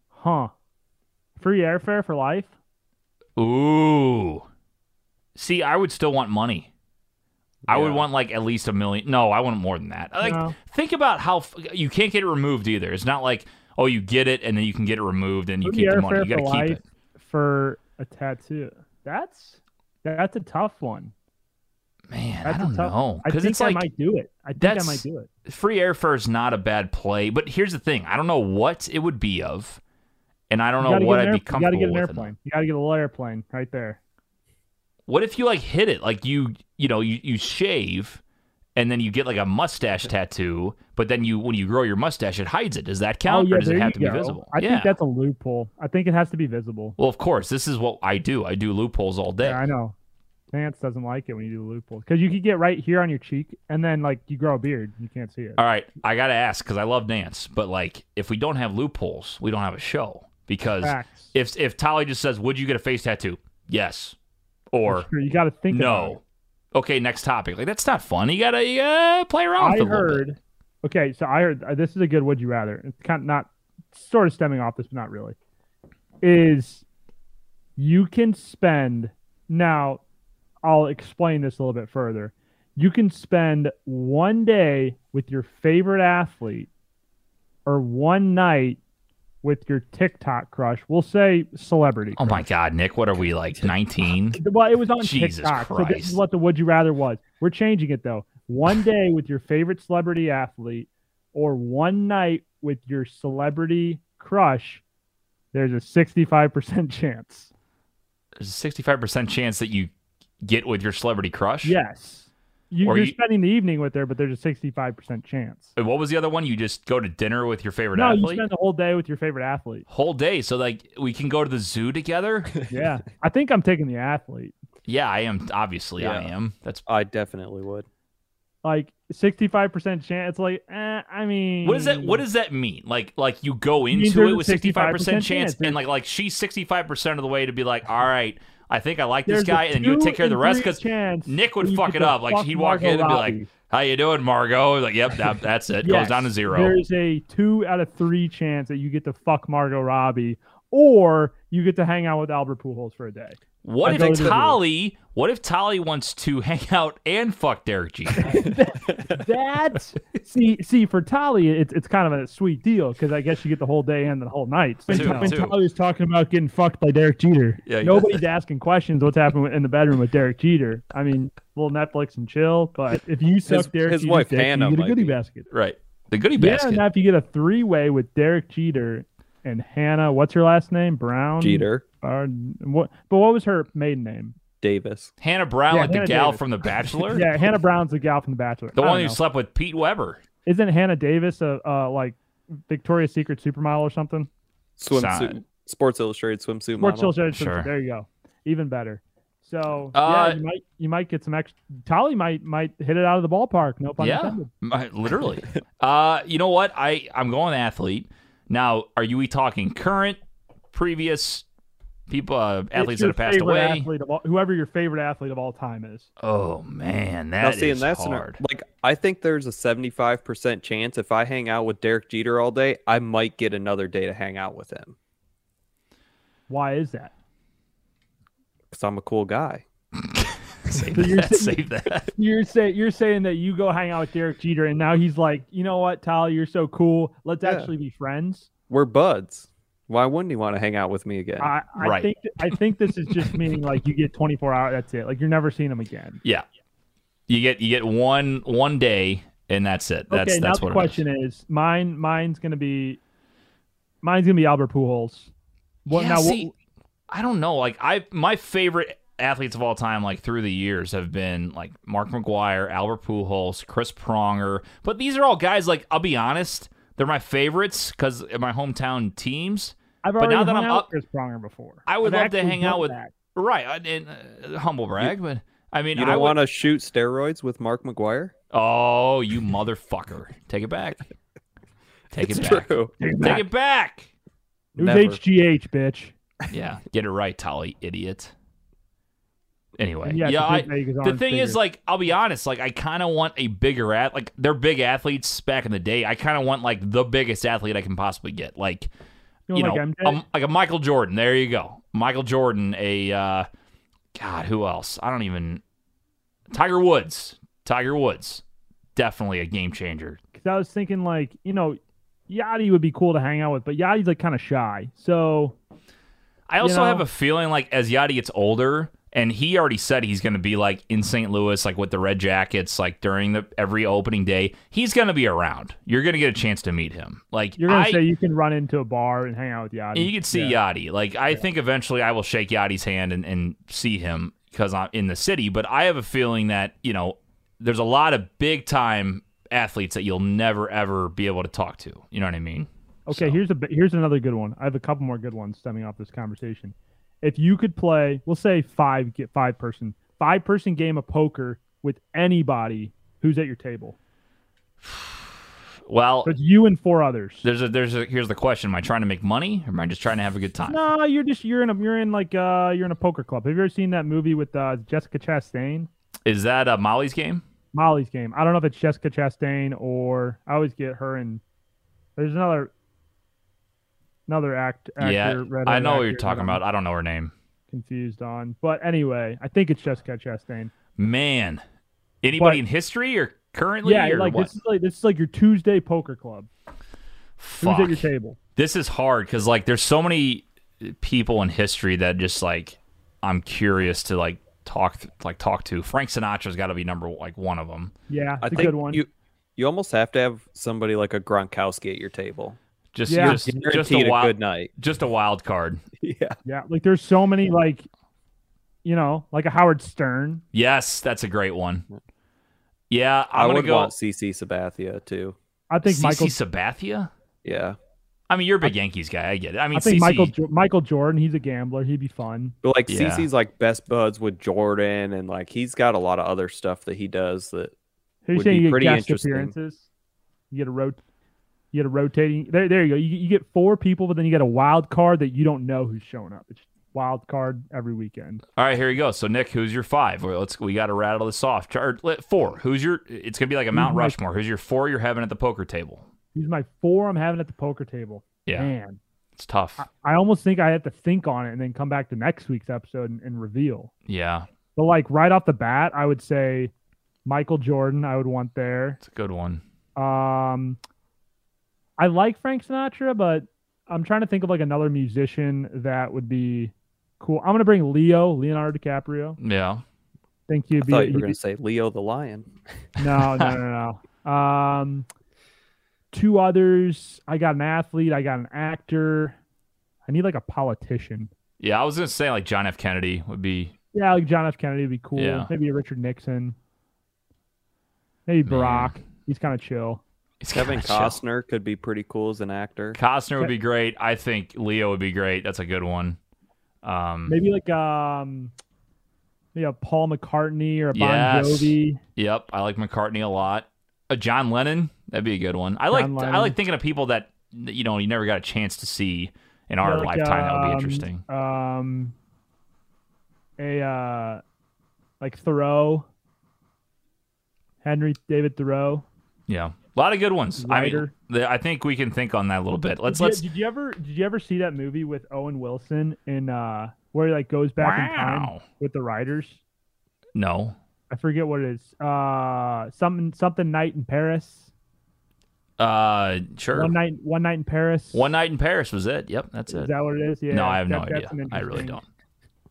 [SPEAKER 5] Huh? Free airfare for life?
[SPEAKER 3] Ooh. See, I would still want money. I would want like at least a million. No, I want more than that. Like,
[SPEAKER 5] No.
[SPEAKER 3] think about how f- you can't get it removed either. It's not like oh, you get it and then you can get it removed and you
[SPEAKER 5] Free
[SPEAKER 3] keep the money.
[SPEAKER 5] airfare
[SPEAKER 3] You got
[SPEAKER 5] for
[SPEAKER 3] to keep
[SPEAKER 5] life
[SPEAKER 3] it.
[SPEAKER 5] for a tattoo. That's that's a tough one.
[SPEAKER 3] Man,
[SPEAKER 5] That's
[SPEAKER 3] I
[SPEAKER 5] a
[SPEAKER 3] don't
[SPEAKER 5] tough-
[SPEAKER 3] know
[SPEAKER 5] I
[SPEAKER 3] because
[SPEAKER 5] think
[SPEAKER 3] it's
[SPEAKER 5] I
[SPEAKER 3] like
[SPEAKER 5] might do it. I think I
[SPEAKER 3] that's-
[SPEAKER 5] might do it.
[SPEAKER 3] free airfare is not a bad play. But here's the thing: I don't know what it would be of, and I don't
[SPEAKER 5] You
[SPEAKER 3] know
[SPEAKER 5] gotta
[SPEAKER 3] what
[SPEAKER 5] get
[SPEAKER 3] I'd be
[SPEAKER 5] an air- You gotta
[SPEAKER 3] comfortable
[SPEAKER 5] get an
[SPEAKER 3] with.
[SPEAKER 5] airplane. You gotta get a little airplane right there.
[SPEAKER 3] What if you like hit it? Like you, you know, you, you shave and then you get like a mustache tattoo, but then you, when you grow your mustache, it hides it. Does that count
[SPEAKER 5] oh yeah,
[SPEAKER 3] or does
[SPEAKER 5] there
[SPEAKER 3] it have
[SPEAKER 5] you
[SPEAKER 3] to
[SPEAKER 5] go.
[SPEAKER 3] be visible?
[SPEAKER 5] I
[SPEAKER 3] yeah.
[SPEAKER 5] think that's a loophole. I think it has to be visible.
[SPEAKER 3] well, of course, this is what I do. I do loopholes all day.
[SPEAKER 5] Yeah, I know. Vance doesn't like it when you do the loophole because you could get right here on your cheek, and then like you grow a beard, you can't see it.
[SPEAKER 3] all right. I got to ask because I love dance, but like if we don't have loopholes, we don't have a show because
[SPEAKER 5] Facts.
[SPEAKER 3] if, if Tolly just says, would you get a face tattoo? Yes. Or
[SPEAKER 5] Sure, you got to think. about it.
[SPEAKER 3] no. Okay. Next topic. Like that's not fun. You got to you gotta play around with
[SPEAKER 5] I
[SPEAKER 3] it a little bit.
[SPEAKER 5] heard. Okay, so I heard uh, this is a good "Would you rather." It's kind of not, sort of stemming off this, but not really. Is you can spend now. I'll explain this a little bit further. You can spend one day with your favorite athlete, or one night with your TikTok crush. We'll say celebrity.
[SPEAKER 3] Oh my God, Nick, what are we like, 19?
[SPEAKER 5] Well, it was on
[SPEAKER 3] Jesus
[SPEAKER 5] TikTok. So this
[SPEAKER 3] Christ.
[SPEAKER 5] is what the would you rather was. We're changing it though. One day with your favorite celebrity athlete, or one night with your celebrity crush. There's a 65% chance.
[SPEAKER 3] There's a 65% chance that you get with your celebrity crush.
[SPEAKER 5] Yes. You,
[SPEAKER 3] Or
[SPEAKER 5] are
[SPEAKER 3] you-
[SPEAKER 5] spending the evening with her, but there's a 65% chance.
[SPEAKER 3] And What was the other one? You just go to dinner with your favorite
[SPEAKER 5] No, you
[SPEAKER 3] athlete?
[SPEAKER 5] spend the whole day with your favorite athlete.
[SPEAKER 3] Whole day. So, like, we can go to the zoo together?
[SPEAKER 5] Yeah. I think I'm taking the athlete.
[SPEAKER 3] yeah, I am. Obviously, I
[SPEAKER 4] Yeah.
[SPEAKER 3] am. That's.
[SPEAKER 4] I definitely would.
[SPEAKER 5] Like 65% chance. It's like, eh, I mean.
[SPEAKER 3] What does that? What does that mean? Like, like you go
[SPEAKER 5] means
[SPEAKER 3] into
[SPEAKER 5] there's
[SPEAKER 3] it
[SPEAKER 5] a
[SPEAKER 3] with sixty five percent chance,
[SPEAKER 5] 65% chance.
[SPEAKER 3] and like, like she's sixty five percent of the way to be like, all right, I think I like this
[SPEAKER 5] There's a
[SPEAKER 3] guy, and then you would
[SPEAKER 5] two
[SPEAKER 3] take care of the
[SPEAKER 5] in
[SPEAKER 3] rest
[SPEAKER 5] three
[SPEAKER 3] because
[SPEAKER 5] chance
[SPEAKER 3] Nick
[SPEAKER 5] that
[SPEAKER 3] would
[SPEAKER 5] you
[SPEAKER 3] fuck
[SPEAKER 5] could
[SPEAKER 3] it
[SPEAKER 5] just
[SPEAKER 3] up. Like
[SPEAKER 5] fuck
[SPEAKER 3] he'd walk in and be
[SPEAKER 5] Margot
[SPEAKER 3] like,
[SPEAKER 5] Robbie.
[SPEAKER 3] "How you doing, Margot?" Like, "Yep, that, that's it. Goes
[SPEAKER 5] Yes,
[SPEAKER 3] down to zero.
[SPEAKER 5] There's a two out of three chance that you get to fuck Margot Robbie, or you get to hang out with Albert Pujols for a day.
[SPEAKER 3] What
[SPEAKER 5] I go
[SPEAKER 3] if
[SPEAKER 5] to the-
[SPEAKER 3] Tolly? What if Tolly wants to hang out and fuck Derek Jeter?
[SPEAKER 5] That see see for Tali, it's it's kind of a sweet deal because I guess you get the whole day and the whole night.
[SPEAKER 3] Two,
[SPEAKER 5] when when
[SPEAKER 3] two.
[SPEAKER 5] Tali was talking about getting fucked by Derek Jeter,
[SPEAKER 3] Yeah, he-
[SPEAKER 5] nobody's asking questions. What's happening in the bedroom with Derek Jeter? I mean, little Netflix and chill. But if you suck Derek
[SPEAKER 4] his
[SPEAKER 5] Jeter's
[SPEAKER 4] wife
[SPEAKER 5] dick,
[SPEAKER 4] Hannah
[SPEAKER 5] you get a
[SPEAKER 4] might
[SPEAKER 5] goodie
[SPEAKER 4] be.
[SPEAKER 5] basket.
[SPEAKER 3] right. The goodie
[SPEAKER 5] Yeah,
[SPEAKER 3] basket.
[SPEAKER 5] and now if you get a three way with Derek Jeter and Hannah, what's her last name? Brown
[SPEAKER 4] Jeter
[SPEAKER 5] Or, what? But what was her maiden name?
[SPEAKER 4] Davis.
[SPEAKER 3] Hannah Brown,
[SPEAKER 5] Yeah,
[SPEAKER 3] like
[SPEAKER 5] Hannah
[SPEAKER 3] the gal
[SPEAKER 5] Davis.
[SPEAKER 3] from The Bachelor.
[SPEAKER 5] Yeah, Hannah Brown's the gal from The Bachelor.
[SPEAKER 3] The
[SPEAKER 5] I
[SPEAKER 3] one
[SPEAKER 5] don't
[SPEAKER 3] who
[SPEAKER 5] know.
[SPEAKER 3] slept with Pete Weber.
[SPEAKER 5] isn't Hannah Davis a uh, like Victoria's Secret supermodel or something?
[SPEAKER 3] Sign.
[SPEAKER 4] Swimsuit. Sports Illustrated swimsuit
[SPEAKER 5] Sports
[SPEAKER 4] model.
[SPEAKER 5] Illustrated. swimsuit.
[SPEAKER 3] Sure.
[SPEAKER 5] There you go. Even better. So
[SPEAKER 3] Uh,
[SPEAKER 5] yeah, you might you might get some extra. Tolly might might hit it out of the ballpark. No pun
[SPEAKER 3] Yeah,
[SPEAKER 5] intended.
[SPEAKER 3] my- literally. uh, you know what? I I'm going athlete. Now, are you we talking current, previous people, uh, athletes
[SPEAKER 5] It's
[SPEAKER 3] that
[SPEAKER 5] your
[SPEAKER 3] have passed
[SPEAKER 5] favorite
[SPEAKER 3] away?
[SPEAKER 5] Athlete of all, whoever your favorite athlete of all time is.
[SPEAKER 3] Oh man,
[SPEAKER 4] now,
[SPEAKER 3] that is
[SPEAKER 4] see, in that scenario,
[SPEAKER 3] hard.
[SPEAKER 4] like I think there's a 75% chance if I hang out with Derek Jeter all day, I might get another day to hang out with him
[SPEAKER 5] Why is that?
[SPEAKER 4] because I'm a cool guy.
[SPEAKER 3] save
[SPEAKER 5] So you're
[SPEAKER 3] that.
[SPEAKER 5] saying-
[SPEAKER 3] Save that.
[SPEAKER 5] You're say you're saying that you go hang out with Derek Jeter, and now he's like, you know what, Tolly, you're so cool. Let's
[SPEAKER 4] Yeah.
[SPEAKER 5] actually be friends.
[SPEAKER 4] We're buds. Why wouldn't he want to hang out with me again?
[SPEAKER 5] I, I
[SPEAKER 3] Right.
[SPEAKER 5] think I think this is just meaning like you get 24 hours. That's it. Like you're never seeing him again.
[SPEAKER 3] Yeah, you get you get one one day, and that's it. That's
[SPEAKER 5] okay,
[SPEAKER 3] that's
[SPEAKER 5] now
[SPEAKER 3] what it
[SPEAKER 5] the question is. Mine, mine's gonna be, mine's gonna be Albert Pujols. What
[SPEAKER 3] Yeah,
[SPEAKER 5] now? what-
[SPEAKER 3] see, I don't know. Like I, my favorite athletes of all time, like through the years, have been like Mark McGuire, Albert Pujols, Chris Pronger. But these are all guys. Like I'll be honest, they're my favorites because my hometown teams.
[SPEAKER 5] I've
[SPEAKER 3] but
[SPEAKER 5] already
[SPEAKER 3] now that
[SPEAKER 5] hung
[SPEAKER 3] I'm
[SPEAKER 5] out
[SPEAKER 3] up-
[SPEAKER 5] with Chris Pronger before.
[SPEAKER 3] I would
[SPEAKER 5] I've
[SPEAKER 3] love to
[SPEAKER 5] actually
[SPEAKER 3] hang out
[SPEAKER 5] done
[SPEAKER 3] with-
[SPEAKER 5] that.
[SPEAKER 3] Right, I- and uh, humble brag, but I mean,
[SPEAKER 4] you
[SPEAKER 3] I
[SPEAKER 4] don't
[SPEAKER 3] would-
[SPEAKER 4] want to shoot steroids with Mark McGuire?
[SPEAKER 3] Oh, you motherfucker! Take it back. Take it
[SPEAKER 4] it's
[SPEAKER 3] back.
[SPEAKER 4] true.
[SPEAKER 3] Take it back.
[SPEAKER 5] It was
[SPEAKER 4] Never.
[SPEAKER 5] HGH, bitch.
[SPEAKER 3] Yeah, get it right, Tolly, idiot. Anyway,
[SPEAKER 5] And
[SPEAKER 3] yeah,
[SPEAKER 5] it's a
[SPEAKER 3] I,
[SPEAKER 5] big Vegas
[SPEAKER 3] the
[SPEAKER 5] orange
[SPEAKER 3] thing is
[SPEAKER 5] figure.
[SPEAKER 3] like i'll be honest like i kind of want a bigger at like they're big athletes back in the day i kind of want like the biggest athlete i can possibly get like
[SPEAKER 5] You
[SPEAKER 3] you
[SPEAKER 5] know,
[SPEAKER 3] know
[SPEAKER 5] like I'm dead.
[SPEAKER 3] um, like a michael jordan there you go michael jordan a uh god who else i don't even tiger woods tiger woods definitely a game changer
[SPEAKER 5] because I was thinking like you know, Yachty would be cool to hang out with, but Yachty's like kind of shy. So
[SPEAKER 3] i also
[SPEAKER 5] know?
[SPEAKER 3] have a feeling like as yadi gets older and he already said he's going to be like in St. Louis, like with the Red Jackets, like during the every opening day. He's going to be around. You're going to get a chance to meet him. Like
[SPEAKER 5] you're gonna
[SPEAKER 3] I-
[SPEAKER 5] say you can run into a bar and hang out with Yachty.
[SPEAKER 3] You can see Yachty. Like I think eventually I will shake Yachty's hand and, and see him because I'm in the city. But I have a feeling that you know there's a lot of big time athletes that you'll never ever be able to talk to. You know what I mean?
[SPEAKER 5] Okay,
[SPEAKER 3] So-
[SPEAKER 5] here's a bi- here's another good one. I have a couple more good ones stemming off this conversation. If you could play, we'll say five get five person five person game of poker with anybody who's at your table,
[SPEAKER 3] Well,
[SPEAKER 5] so it's you and four others.
[SPEAKER 3] there's a there's a here's the question: Am I trying to make money or am I just trying to have a good time?
[SPEAKER 5] No, you're just you're in a you're in like uh you're in a poker club. Have you ever seen that movie with uh, Jessica Chastain?
[SPEAKER 3] Is that uh, Molly's game?
[SPEAKER 5] Molly's game. I don't know if it's Jessica Chastain or I always get her and there's another another act. Actor,
[SPEAKER 3] yeah,
[SPEAKER 5] redheaded
[SPEAKER 3] I know what you're
[SPEAKER 5] actor that
[SPEAKER 3] talking
[SPEAKER 5] I'm
[SPEAKER 3] about. I don't know her name.
[SPEAKER 5] Confused on, but anyway, I think it's Jessica Chastain.
[SPEAKER 3] Man, anybody
[SPEAKER 5] But-
[SPEAKER 3] in history or currently?
[SPEAKER 5] Yeah,
[SPEAKER 3] or
[SPEAKER 5] like
[SPEAKER 3] what?
[SPEAKER 5] this is like this is like your Tuesday poker club.
[SPEAKER 3] Fuck.
[SPEAKER 5] Who's at your table?
[SPEAKER 3] this is hard because like there's so many people in history that just like I'm curious to like talk like talk to. Frank Sinatra's got to be number like one of them.
[SPEAKER 5] Yeah,
[SPEAKER 4] I
[SPEAKER 5] it's a
[SPEAKER 4] think
[SPEAKER 5] good one.
[SPEAKER 4] you you almost have to have somebody like a Gronkowski at your table.
[SPEAKER 3] Just
[SPEAKER 5] Yeah.
[SPEAKER 3] just just
[SPEAKER 4] Guaranteed
[SPEAKER 3] a
[SPEAKER 4] a
[SPEAKER 3] wild
[SPEAKER 4] good night.
[SPEAKER 3] just a wild card.
[SPEAKER 4] Yeah.
[SPEAKER 5] yeah, like there's so many like, you know, like a Howard Stern.
[SPEAKER 3] Yes, that's a great one. Yeah,
[SPEAKER 4] i
[SPEAKER 3] I'm gonna
[SPEAKER 4] would
[SPEAKER 3] go.
[SPEAKER 4] want CC Sabathia too.
[SPEAKER 5] I think
[SPEAKER 3] CC
[SPEAKER 5] Michael.
[SPEAKER 3] Sabathia.
[SPEAKER 4] Yeah.
[SPEAKER 3] I mean, you're a big Yankees guy. I get it. I mean,
[SPEAKER 5] I think
[SPEAKER 3] CC
[SPEAKER 5] Michael Jo- Michael Jordan. He's a gambler. He'd be fun.
[SPEAKER 4] But like
[SPEAKER 3] Yeah.
[SPEAKER 4] CC's like best buds with Jordan and like he's got a lot of other stuff that he does that
[SPEAKER 5] Who's
[SPEAKER 4] Would
[SPEAKER 5] saying
[SPEAKER 4] be
[SPEAKER 5] you get
[SPEAKER 4] pretty
[SPEAKER 5] guest
[SPEAKER 4] interesting.
[SPEAKER 5] appearances? You get a road. You get a rotating. There, there you go. You, you get four people, but then you get a wild card that you don't know who's showing up. It's wild card every weekend.
[SPEAKER 3] All right, here we go. So Nick, who's your five? Well, let's we got to rattle this off. Or, let- four. Who's your? It's gonna be like a Mount
[SPEAKER 5] Mhm.
[SPEAKER 3] Rushmore. Who's your four? You're having at the poker table.
[SPEAKER 5] These are my four I'm having at the poker table.
[SPEAKER 3] Yeah,
[SPEAKER 5] Man,
[SPEAKER 3] it's tough.
[SPEAKER 5] Mm. I almost think I have to think on it and then come back to next week's episode and, and reveal.
[SPEAKER 3] Yeah,
[SPEAKER 5] But like right off the bat, I would say Michael Jordan. I would want there.
[SPEAKER 3] it's a good one.
[SPEAKER 5] Um, I like Frank Sinatra, but I'm trying to think of like another musician that would be cool. I'm gonna bring Leo, Leonardo DiCaprio.
[SPEAKER 3] Yeah,
[SPEAKER 5] Think he'd
[SPEAKER 4] I
[SPEAKER 5] be,
[SPEAKER 4] thought you were
[SPEAKER 5] he'd
[SPEAKER 4] going to say Leo the Lion.
[SPEAKER 5] No, no, no, no. Um, two others. I got an athlete. I got an actor. I need like a politician.
[SPEAKER 3] yeah. I was gonna say like John F. Kennedy would be.
[SPEAKER 5] Yeah, like John F. Kennedy would be cool.
[SPEAKER 3] Yeah.
[SPEAKER 5] Maybe a Richard Nixon. Maybe
[SPEAKER 3] Man.
[SPEAKER 5] Barack. He's kind of chill.
[SPEAKER 3] He's
[SPEAKER 4] Kevin
[SPEAKER 3] kinda chill.
[SPEAKER 4] Costner could be pretty cool as an actor.
[SPEAKER 3] Costner would be great. I think Leo would be great. That's a good one. Um,
[SPEAKER 5] Maybe like um, maybe a Paul McCartney or a Bon
[SPEAKER 3] Yes.
[SPEAKER 5] Jovi.
[SPEAKER 3] Yep, I like McCartney a lot. Uh, John Lennon, that'd be a good one. I like
[SPEAKER 5] John
[SPEAKER 3] I
[SPEAKER 5] Lennon.
[SPEAKER 3] like thinking of people that that, you know you never got a chance to see in our
[SPEAKER 5] Like,
[SPEAKER 3] lifetime. that would be
[SPEAKER 5] um,
[SPEAKER 3] interesting.
[SPEAKER 5] Um, a uh, like Thoreau, Henry David Thoreau.
[SPEAKER 3] Yeah, a lot of good ones. I mean,
[SPEAKER 5] Writer.
[SPEAKER 3] the, I think we can think on that a little bit. Let's
[SPEAKER 5] Did you-
[SPEAKER 3] let's.
[SPEAKER 5] Did you ever did you ever see that movie with Owen Wilson in uh where he like goes back in time
[SPEAKER 3] Wow.
[SPEAKER 5] with the riders?
[SPEAKER 3] No.
[SPEAKER 5] I forget what it is. Uh, something something night in Paris.
[SPEAKER 3] Uh, sure.
[SPEAKER 5] One night one night in Paris.
[SPEAKER 3] One night in Paris was it. Yep, that's
[SPEAKER 5] Is
[SPEAKER 3] it.
[SPEAKER 5] that what it is? Yeah.
[SPEAKER 3] no, I have no
[SPEAKER 5] that- that's
[SPEAKER 3] idea.
[SPEAKER 5] an
[SPEAKER 3] I really
[SPEAKER 5] interesting-
[SPEAKER 3] don't.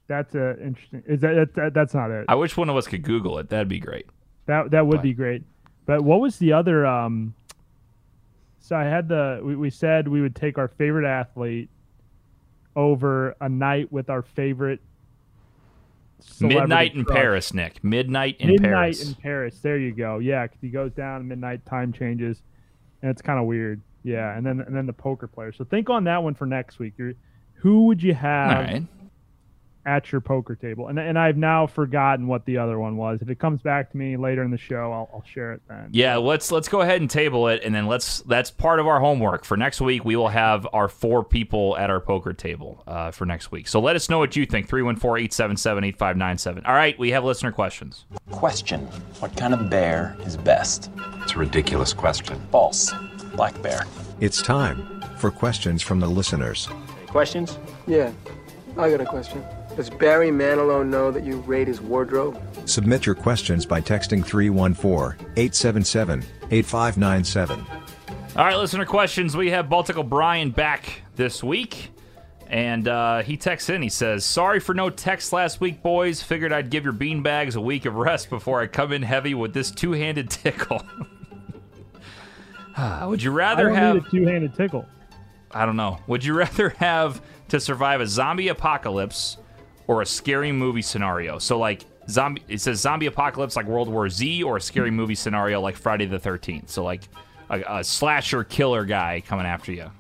[SPEAKER 5] That's a interesting. Is that, that, that that's not it?
[SPEAKER 3] I wish one of us could Google it. That'd be great.
[SPEAKER 5] That that would
[SPEAKER 3] But-
[SPEAKER 5] be great. But what was the other? Um, so I had the we, we said we would take our favorite athlete over a night with our favorite. celebrity
[SPEAKER 3] Midnight in
[SPEAKER 5] crush.
[SPEAKER 3] Paris, Nick. Midnight in
[SPEAKER 5] midnight
[SPEAKER 3] Paris.
[SPEAKER 5] in Paris. There you go. Yeah, 'cause he goes down midnight. Time changes, and it's kind of weird. Yeah, and then and then the poker player. So think on that one for next week. You're, who would you
[SPEAKER 3] All
[SPEAKER 5] have
[SPEAKER 3] right.
[SPEAKER 5] at your poker table? And and I've now forgotten what the other one was. If it comes back to me later in the show, I'll, I'll share it then.
[SPEAKER 3] Yeah, let's let's go ahead and table it, and then let's that's part of our homework for next week. We will have our four people at our poker table uh, for next week. So let us know what you think. 314-877-8597. All right, we have listener questions.
[SPEAKER 6] Question What kind of bear is best?
[SPEAKER 2] It's a ridiculous question.
[SPEAKER 6] False. Black bear.
[SPEAKER 2] It's time for questions from the listeners.
[SPEAKER 6] Questions?
[SPEAKER 8] Yeah, I got a question. Does Barry Manilow know that you raid his wardrobe?
[SPEAKER 2] Submit your questions by texting 314 877 8597.
[SPEAKER 3] All right, listener questions. We have Baltic O'Brien back this week, and uh, he texts in. He says, "Sorry for no text last week, boys. Figured I'd give your beanbags a week of rest before I come in heavy with this two-handed tickle." Would you
[SPEAKER 5] I
[SPEAKER 3] rather
[SPEAKER 5] don't
[SPEAKER 3] have
[SPEAKER 5] need a two-handed tickle.
[SPEAKER 3] I don't know. Would you rather have to survive a zombie apocalypse or a scary movie scenario? So like zombie it says zombie apocalypse like World War Z or a scary movie scenario like Friday the 13th. So like a, a slasher killer guy coming after you.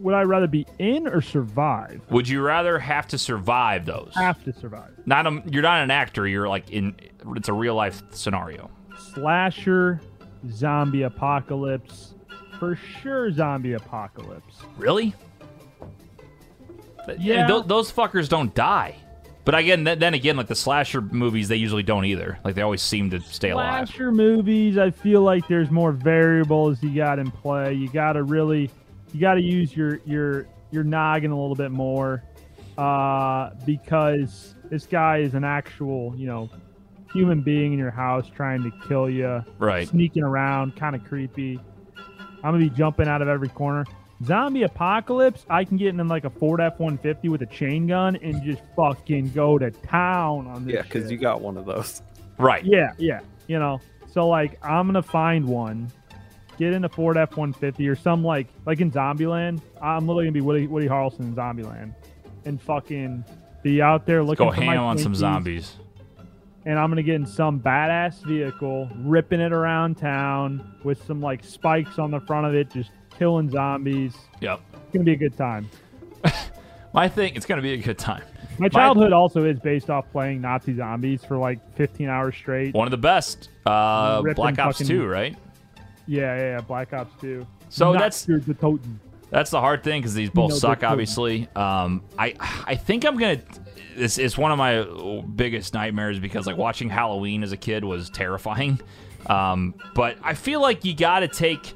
[SPEAKER 5] Would I rather be in or survive?
[SPEAKER 3] Would you rather have to survive those?
[SPEAKER 5] Have to survive.
[SPEAKER 3] Not a, you're not an actor, you're like in it's a real life scenario.
[SPEAKER 5] Slasher, zombie apocalypse, for sure. Zombie apocalypse.
[SPEAKER 3] Really?
[SPEAKER 5] Yeah.
[SPEAKER 3] Th- those fuckers don't die. But again, th- then again, like the slasher movies, they usually don't either. Like they always seem to stay alive.
[SPEAKER 5] Slasher movies, I feel like there's more variables you got in play. You got to really, you got to use your your your noggin a little bit more, uh, because this guy is an actual, you know, human being in your house trying to kill you,
[SPEAKER 3] Right.
[SPEAKER 5] sneaking around, kind of creepy. I'm gonna be jumping out of every corner. Zombie apocalypse, I can get in like a Ford F-150 with a chain gun and just fucking go to town on this.
[SPEAKER 4] Yeah, because
[SPEAKER 5] shit.
[SPEAKER 4] you got one of those.
[SPEAKER 3] Right.
[SPEAKER 5] Yeah, yeah. You know, so like I'm gonna find one, get in a Ford F-150 or some like like in Zombieland. I'm literally gonna be Woody, Woody Harrelson in Zombieland, and fucking be out there looking
[SPEAKER 3] Go
[SPEAKER 5] for my
[SPEAKER 3] ham on some
[SPEAKER 5] Twinkies,
[SPEAKER 3] zombies.
[SPEAKER 5] And I'm gonna get in some badass vehicle, ripping it around town with some like spikes on the front of it, just killing zombies.
[SPEAKER 3] Yep.
[SPEAKER 5] It's gonna be a good time.
[SPEAKER 3] My thing, it's going to be a good time.
[SPEAKER 5] My childhood also is based off playing Nazi zombies for like 15 hours straight.
[SPEAKER 3] One of the best. Uh,
[SPEAKER 5] Ripping
[SPEAKER 3] Black Ops
[SPEAKER 5] fucking-
[SPEAKER 3] 2, right?
[SPEAKER 5] Yeah, yeah, yeah. Black Ops 2.
[SPEAKER 3] So
[SPEAKER 5] Not
[SPEAKER 3] that's-
[SPEAKER 5] through the totem.
[SPEAKER 3] That's the hard thing because these both
[SPEAKER 5] No
[SPEAKER 3] suck,
[SPEAKER 5] big clue.
[SPEAKER 3] obviously. Um, I I think I'm gonna. It's, it's one of my biggest nightmares because like watching Halloween as a kid was terrifying. Um, but I feel like you got to take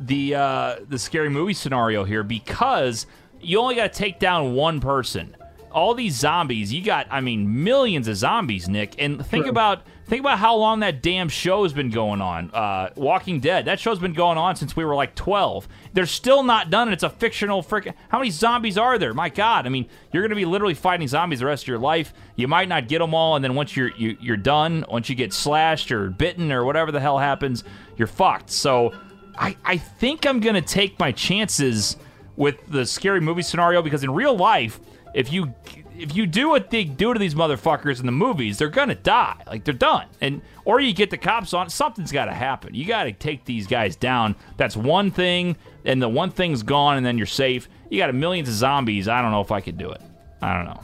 [SPEAKER 3] the uh, the scary movie scenario here because you only got to take down one person. All these zombies, you got I mean millions of zombies, Nick. And think about think about how long that damn show has been going on. Uh, Walking Dead, that show's been going on since we were like 12. They're still not done and it's a fictional freaking How many zombies are there? My god. I mean, you're going to be literally fighting zombies the rest of your life. You might not get them all and then once you're you, you're done, once you get slashed or bitten or whatever the hell happens, you're fucked. So I, I think I'm gonna take my chances with the scary movie scenario because in real life, if you if you do what they do to these motherfuckers in the movies, they're gonna die. Like they're done. And or you get the cops on, something's gotta happen. You gotta take these guys down. That's one thing, and the one thing's gone, and then you're safe. You got a millions of zombies. I don't know if I could do it. I don't know.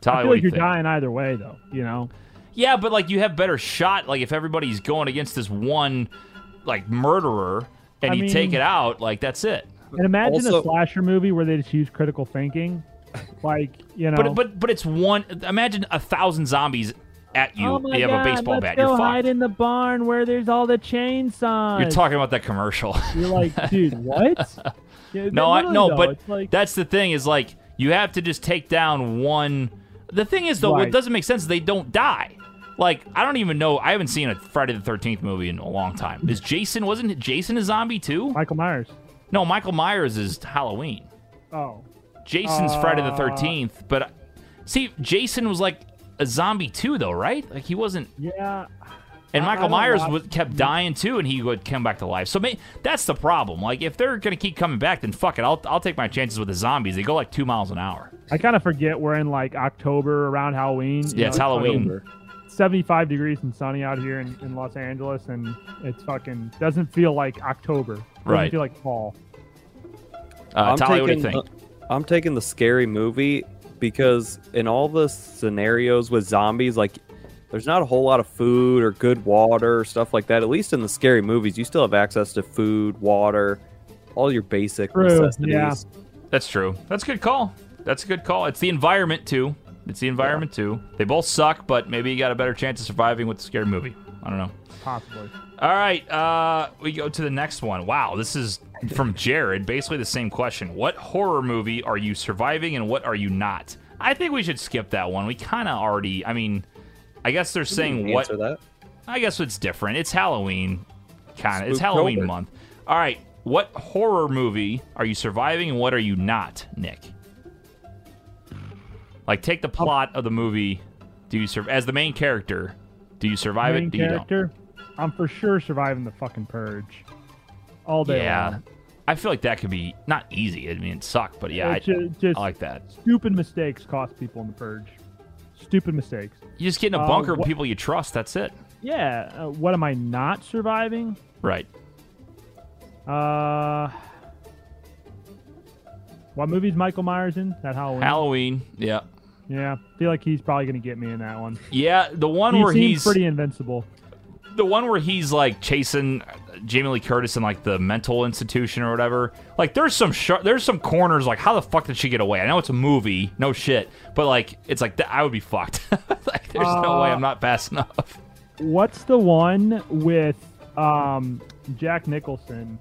[SPEAKER 3] Tell
[SPEAKER 5] I feel like you're dying either way, though. You know,
[SPEAKER 3] yeah, but like you have better shot. Like if everybody's going against this one, like murderer, and
[SPEAKER 5] I
[SPEAKER 3] you
[SPEAKER 5] mean-
[SPEAKER 3] take it out, like that's it.
[SPEAKER 5] and imagine
[SPEAKER 4] Also-
[SPEAKER 5] a slasher movie where they just use critical thinking, like you know.
[SPEAKER 3] But but but it's one. Imagine a thousand zombies at you.
[SPEAKER 5] oh my
[SPEAKER 3] you have
[SPEAKER 5] God,
[SPEAKER 3] a baseball
[SPEAKER 5] let's
[SPEAKER 3] bat.
[SPEAKER 5] Go
[SPEAKER 3] You're
[SPEAKER 5] hide
[SPEAKER 3] fucked.
[SPEAKER 5] in the barn where there's all the chainsaws.
[SPEAKER 3] You're talking about that commercial.
[SPEAKER 5] You're like, dude, what? Yeah,
[SPEAKER 3] no, I,
[SPEAKER 5] literally,
[SPEAKER 3] no,
[SPEAKER 5] though,
[SPEAKER 3] but
[SPEAKER 5] it's like,
[SPEAKER 3] that's the thing is like you have to just take down one. The thing is though, what
[SPEAKER 5] Right.
[SPEAKER 3] doesn't make sense is they don't die. Like I don't even know. I haven't seen a Friday the Thirteenth movie in a long time. Is Jason wasn't Jason a zombie too?
[SPEAKER 5] Michael Myers.
[SPEAKER 3] No, Michael Myers is Halloween.
[SPEAKER 5] Oh,
[SPEAKER 3] Jason's Friday
[SPEAKER 5] Uh.
[SPEAKER 3] the Thirteenth, but see, Jason was like a zombie too, though, right? Like he wasn't,
[SPEAKER 5] yeah.
[SPEAKER 3] and
[SPEAKER 5] I- I
[SPEAKER 3] Michael
[SPEAKER 5] don't
[SPEAKER 3] Myers
[SPEAKER 5] watch-
[SPEAKER 3] was, kept dying too, and he would come back to life. So may, that's the problem. Like if they're gonna keep coming back, then fuck it, I'll I'll take my chances with the zombies. They go like two miles an hour.
[SPEAKER 5] I kind of forget we're in like October around Halloween. you
[SPEAKER 3] Yeah, it's
[SPEAKER 5] know,
[SPEAKER 3] Halloween.
[SPEAKER 5] fucking 75 degrees and sunny out here in, in Los Angeles, and it's fucking doesn't feel like October. Doesn't
[SPEAKER 3] Right.
[SPEAKER 5] feel like fall.
[SPEAKER 3] Uh,
[SPEAKER 4] I'm
[SPEAKER 3] Tali, what do you
[SPEAKER 4] taking,
[SPEAKER 3] think?
[SPEAKER 4] uh, I'm taking the scary movie because in all the scenarios with zombies, like there's not a whole lot of food or good water or stuff like that. At least in the scary movies, you still have access to food, water, all your basic
[SPEAKER 5] True,
[SPEAKER 4] necessities.
[SPEAKER 5] yeah.
[SPEAKER 3] That's true. That's a good call. That's a good call. It's the environment too. It's the environment too. They both suck, but maybe you got a better chance of surviving with the scary movie. I don't know.
[SPEAKER 5] Possibly.
[SPEAKER 3] All right, uh, we go to the next one. Wow, this is from Jared. Basically, the same question: What horror movie are you surviving, and what are you not? I think we should skip that one. We kind of already. I mean, I guess they're saying what.
[SPEAKER 4] Answer that.
[SPEAKER 3] I guess it's different. It's Halloween, kind of. It's
[SPEAKER 4] Spooktober.
[SPEAKER 3] Halloween month. All right, what horror movie are you surviving, and what are you not, Nick? Like, take the plot of the movie. Do you serve as the main character? Do you survive
[SPEAKER 5] Main
[SPEAKER 3] it? Do you don't?
[SPEAKER 5] character. I'm for sure surviving the fucking purge. All day.
[SPEAKER 3] Yeah.
[SPEAKER 5] long.
[SPEAKER 3] I feel like that could be not easy. I mean, it sucked, but yeah, I,
[SPEAKER 5] It's ju- just
[SPEAKER 3] I like that.
[SPEAKER 5] stupid mistakes cost people in the purge. Stupid mistakes.
[SPEAKER 3] You just get in a
[SPEAKER 5] Uh,
[SPEAKER 3] bunker with
[SPEAKER 5] what-
[SPEAKER 3] people you trust. That's it.
[SPEAKER 5] Yeah. Uh, what am I not surviving?
[SPEAKER 3] Right.
[SPEAKER 5] Uh, what movie's Michael Myers in? That Halloween.
[SPEAKER 3] Halloween. Yeah.
[SPEAKER 5] yeah, I feel like he's probably gonna get me in that one.
[SPEAKER 3] Yeah. The one
[SPEAKER 5] he
[SPEAKER 3] where
[SPEAKER 5] seems
[SPEAKER 3] he's
[SPEAKER 5] pretty invincible.
[SPEAKER 3] the one where he's like chasing Jamie Lee Curtis in like the mental institution or whatever. Like, there's some sh- there's some corners. Like, how the fuck did she get away? I know it's a movie, no shit, but like, it's like th- I would be fucked. like, there's no
[SPEAKER 5] Uh,
[SPEAKER 3] way I'm not fast enough.
[SPEAKER 5] What's the one with um Jack Nicholson?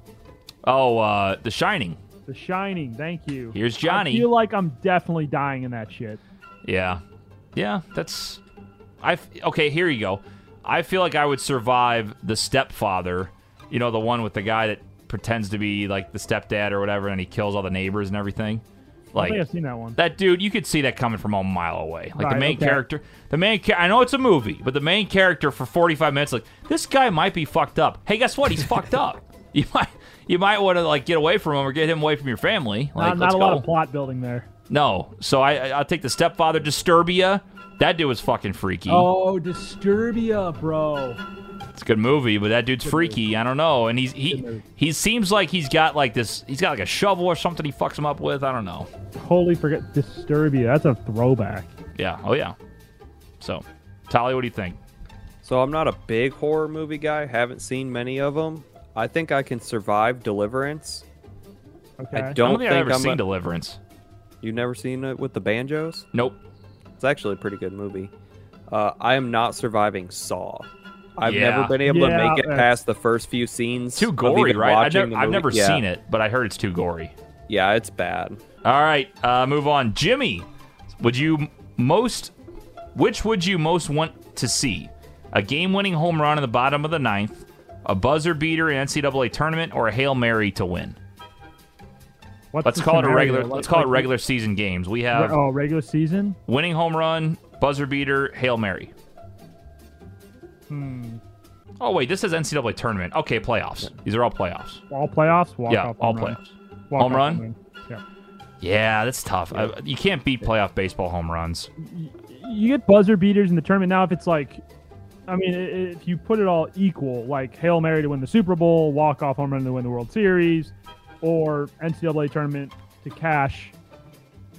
[SPEAKER 3] Oh, uh, The Shining.
[SPEAKER 5] The Shining. Thank you.
[SPEAKER 3] Here's Johnny.
[SPEAKER 5] I feel like I'm definitely dying in that shit.
[SPEAKER 3] Yeah, yeah. That's I. Okay, here you go. I feel like I would survive the stepfather. You know, the one with the guy that pretends to be like the stepdad or whatever, and he kills all the neighbors and everything.
[SPEAKER 5] I think
[SPEAKER 3] Like
[SPEAKER 5] I've seen that one.
[SPEAKER 3] that dude, you could see that coming from a mile away. Like the
[SPEAKER 5] Right,
[SPEAKER 3] main
[SPEAKER 5] okay.
[SPEAKER 3] character, the main. Ca- I know it's a movie, but the main character for 45 minutes, like this guy might be fucked up. Hey, guess what? He's fucked up. You might, you might want to like get away from him or get him away from your family. Like,
[SPEAKER 5] not
[SPEAKER 3] let's
[SPEAKER 5] not a lot
[SPEAKER 3] go.
[SPEAKER 5] of plot building there.
[SPEAKER 3] No. So I I- I'll take the stepfather Disturbia. That dude was fucking freaky.
[SPEAKER 5] Oh, Disturbia, bro.
[SPEAKER 3] It's a good movie, but that dude's freaky. I don't know. And he's he he seems like he's got like this he's got like a shovel or something he fucks him up with. I don't know.
[SPEAKER 5] Totally forget Disturbia. That's a throwback.
[SPEAKER 3] Yeah. Oh yeah. So, Tali, what do you think?
[SPEAKER 4] So I'm not a big horror movie guy. Haven't seen many of them. I think I can survive Deliverance.
[SPEAKER 5] Okay.
[SPEAKER 4] I
[SPEAKER 3] I
[SPEAKER 4] don't
[SPEAKER 3] don't think, I've ever
[SPEAKER 4] am
[SPEAKER 3] seen Deliverance.
[SPEAKER 4] You've never seen it with the banjos?
[SPEAKER 3] Nope.
[SPEAKER 4] It's actually a pretty good movie. Uh, I am not surviving Saw. I've
[SPEAKER 3] Yeah.
[SPEAKER 4] never been able
[SPEAKER 5] Yeah,
[SPEAKER 4] to make it
[SPEAKER 5] uh,
[SPEAKER 4] past the first few scenes.
[SPEAKER 3] Too
[SPEAKER 4] of
[SPEAKER 3] gory,
[SPEAKER 4] even
[SPEAKER 3] right? I've,
[SPEAKER 4] watching
[SPEAKER 3] nev-
[SPEAKER 4] the
[SPEAKER 3] I've
[SPEAKER 4] movie.
[SPEAKER 3] never
[SPEAKER 4] Yeah.
[SPEAKER 3] seen it, but I heard it's too gory.
[SPEAKER 4] Yeah, it's bad.
[SPEAKER 3] All right, uh, move on. Jimmy, would you m- most? Which would you most want to see? A game-winning home run in the bottom of the ninth, a buzzer beater in NCAA tournament, or a hail mary to win?
[SPEAKER 5] What's
[SPEAKER 3] Let's
[SPEAKER 5] the
[SPEAKER 3] call it a
[SPEAKER 5] scenario?
[SPEAKER 3] regular.
[SPEAKER 5] Like-
[SPEAKER 3] Let's call it
[SPEAKER 5] like-
[SPEAKER 3] regular season games. We
[SPEAKER 5] re-
[SPEAKER 3] have
[SPEAKER 5] oh, regular season.
[SPEAKER 3] winning home run, buzzer beater, hail mary.
[SPEAKER 5] Hmm.
[SPEAKER 3] Oh wait, this is NCAA tournament. Okay, playoffs. These are all playoffs.
[SPEAKER 5] All playoffs. Walk
[SPEAKER 3] yeah,
[SPEAKER 5] off
[SPEAKER 3] all
[SPEAKER 5] home run.
[SPEAKER 3] playoffs.
[SPEAKER 5] Walk
[SPEAKER 3] Home
[SPEAKER 5] off
[SPEAKER 3] run?
[SPEAKER 5] Yeah.
[SPEAKER 3] Yeah, that's tough. I, you can't beat playoff baseball home runs.
[SPEAKER 5] You get buzzer beaters in the tournament. Now, if it's like, I mean, i- if you put it all equal, like hail mary to win the Super Bowl, walk off home run to win the World Series, or NCAA tournament to cash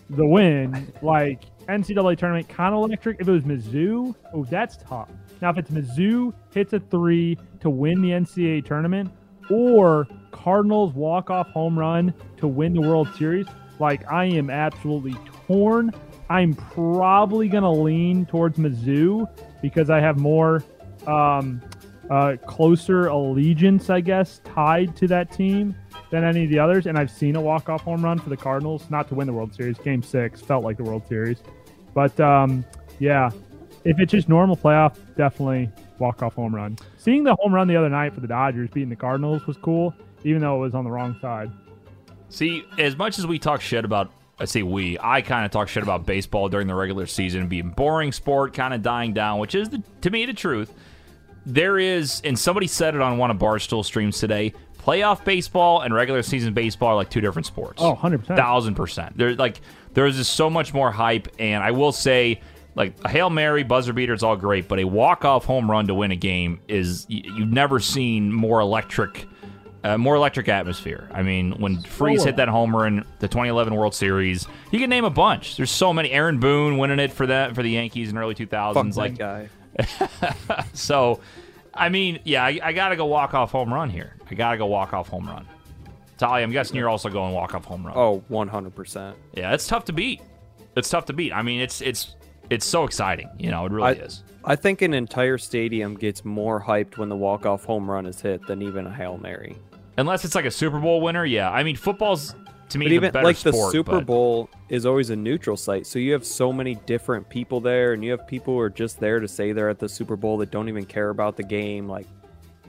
[SPEAKER 5] the win, like NCAA tournament kind of electric. If it was Mizzou, oh, that's tough. Now, if it's Mizzou hits a three to win the NCAA tournament, or Cardinals walk off home run to win the World Series, like I am absolutely torn. I'm probably gonna lean towards Mizzou because I have more um, uh, closer allegiance, I guess, tied to that team than any of the others. And I've seen a walk off home run for the Cardinals, not to win the World Series. Game six felt like the World Series, but um, yeah, if it's just normal playoff, definitely walk off home run. Seeing the home run the other night for the Dodgers beating the Cardinals was cool, even though it was on the wrong side.
[SPEAKER 3] See, as much as we talk shit about, I say we, I kind of talk shit about baseball during the regular season being boring sport, kind of dying down, which is the, to me the truth. There is, and somebody said it on one of Barstool streams today. Playoff baseball and regular season baseball are like two different sports.
[SPEAKER 5] Oh, 100%.
[SPEAKER 3] thousand percent. There's like there's just so much more hype, and I will say, like a hail mary, buzzer beater is all great, but a walk off home run to win a game is y- you've never seen more electric, uh, more electric atmosphere. I mean, when Freeze hit that homer in the 2011 World Series, you can name a bunch. There's so many. Aaron Boone winning it for that for the Yankees in early 2000s.
[SPEAKER 4] Fuck that
[SPEAKER 3] like
[SPEAKER 4] guy.
[SPEAKER 3] so, I mean, yeah, I, I gotta go walk off home run here. I gotta go walk off home run. Talia, I'm guessing you're also going walk off home run.
[SPEAKER 4] Oh, 100%.
[SPEAKER 3] Yeah, it's tough to beat. It's tough to beat. I mean, it's it's it's so exciting. You know, it really
[SPEAKER 4] I-
[SPEAKER 3] is.
[SPEAKER 4] I think an entire stadium gets more hyped when the walk-off home run is hit than even a Hail Mary.
[SPEAKER 3] Unless it's like a Super Bowl winner. Yeah, I mean, football's to me
[SPEAKER 4] But
[SPEAKER 3] the
[SPEAKER 4] even
[SPEAKER 3] better
[SPEAKER 4] like
[SPEAKER 3] sport.
[SPEAKER 4] the Super
[SPEAKER 3] but-
[SPEAKER 4] Bowl is always a neutral site, so you have so many different people there, and you have people who are just there to say they're at the Super Bowl that don't even care about the game. Like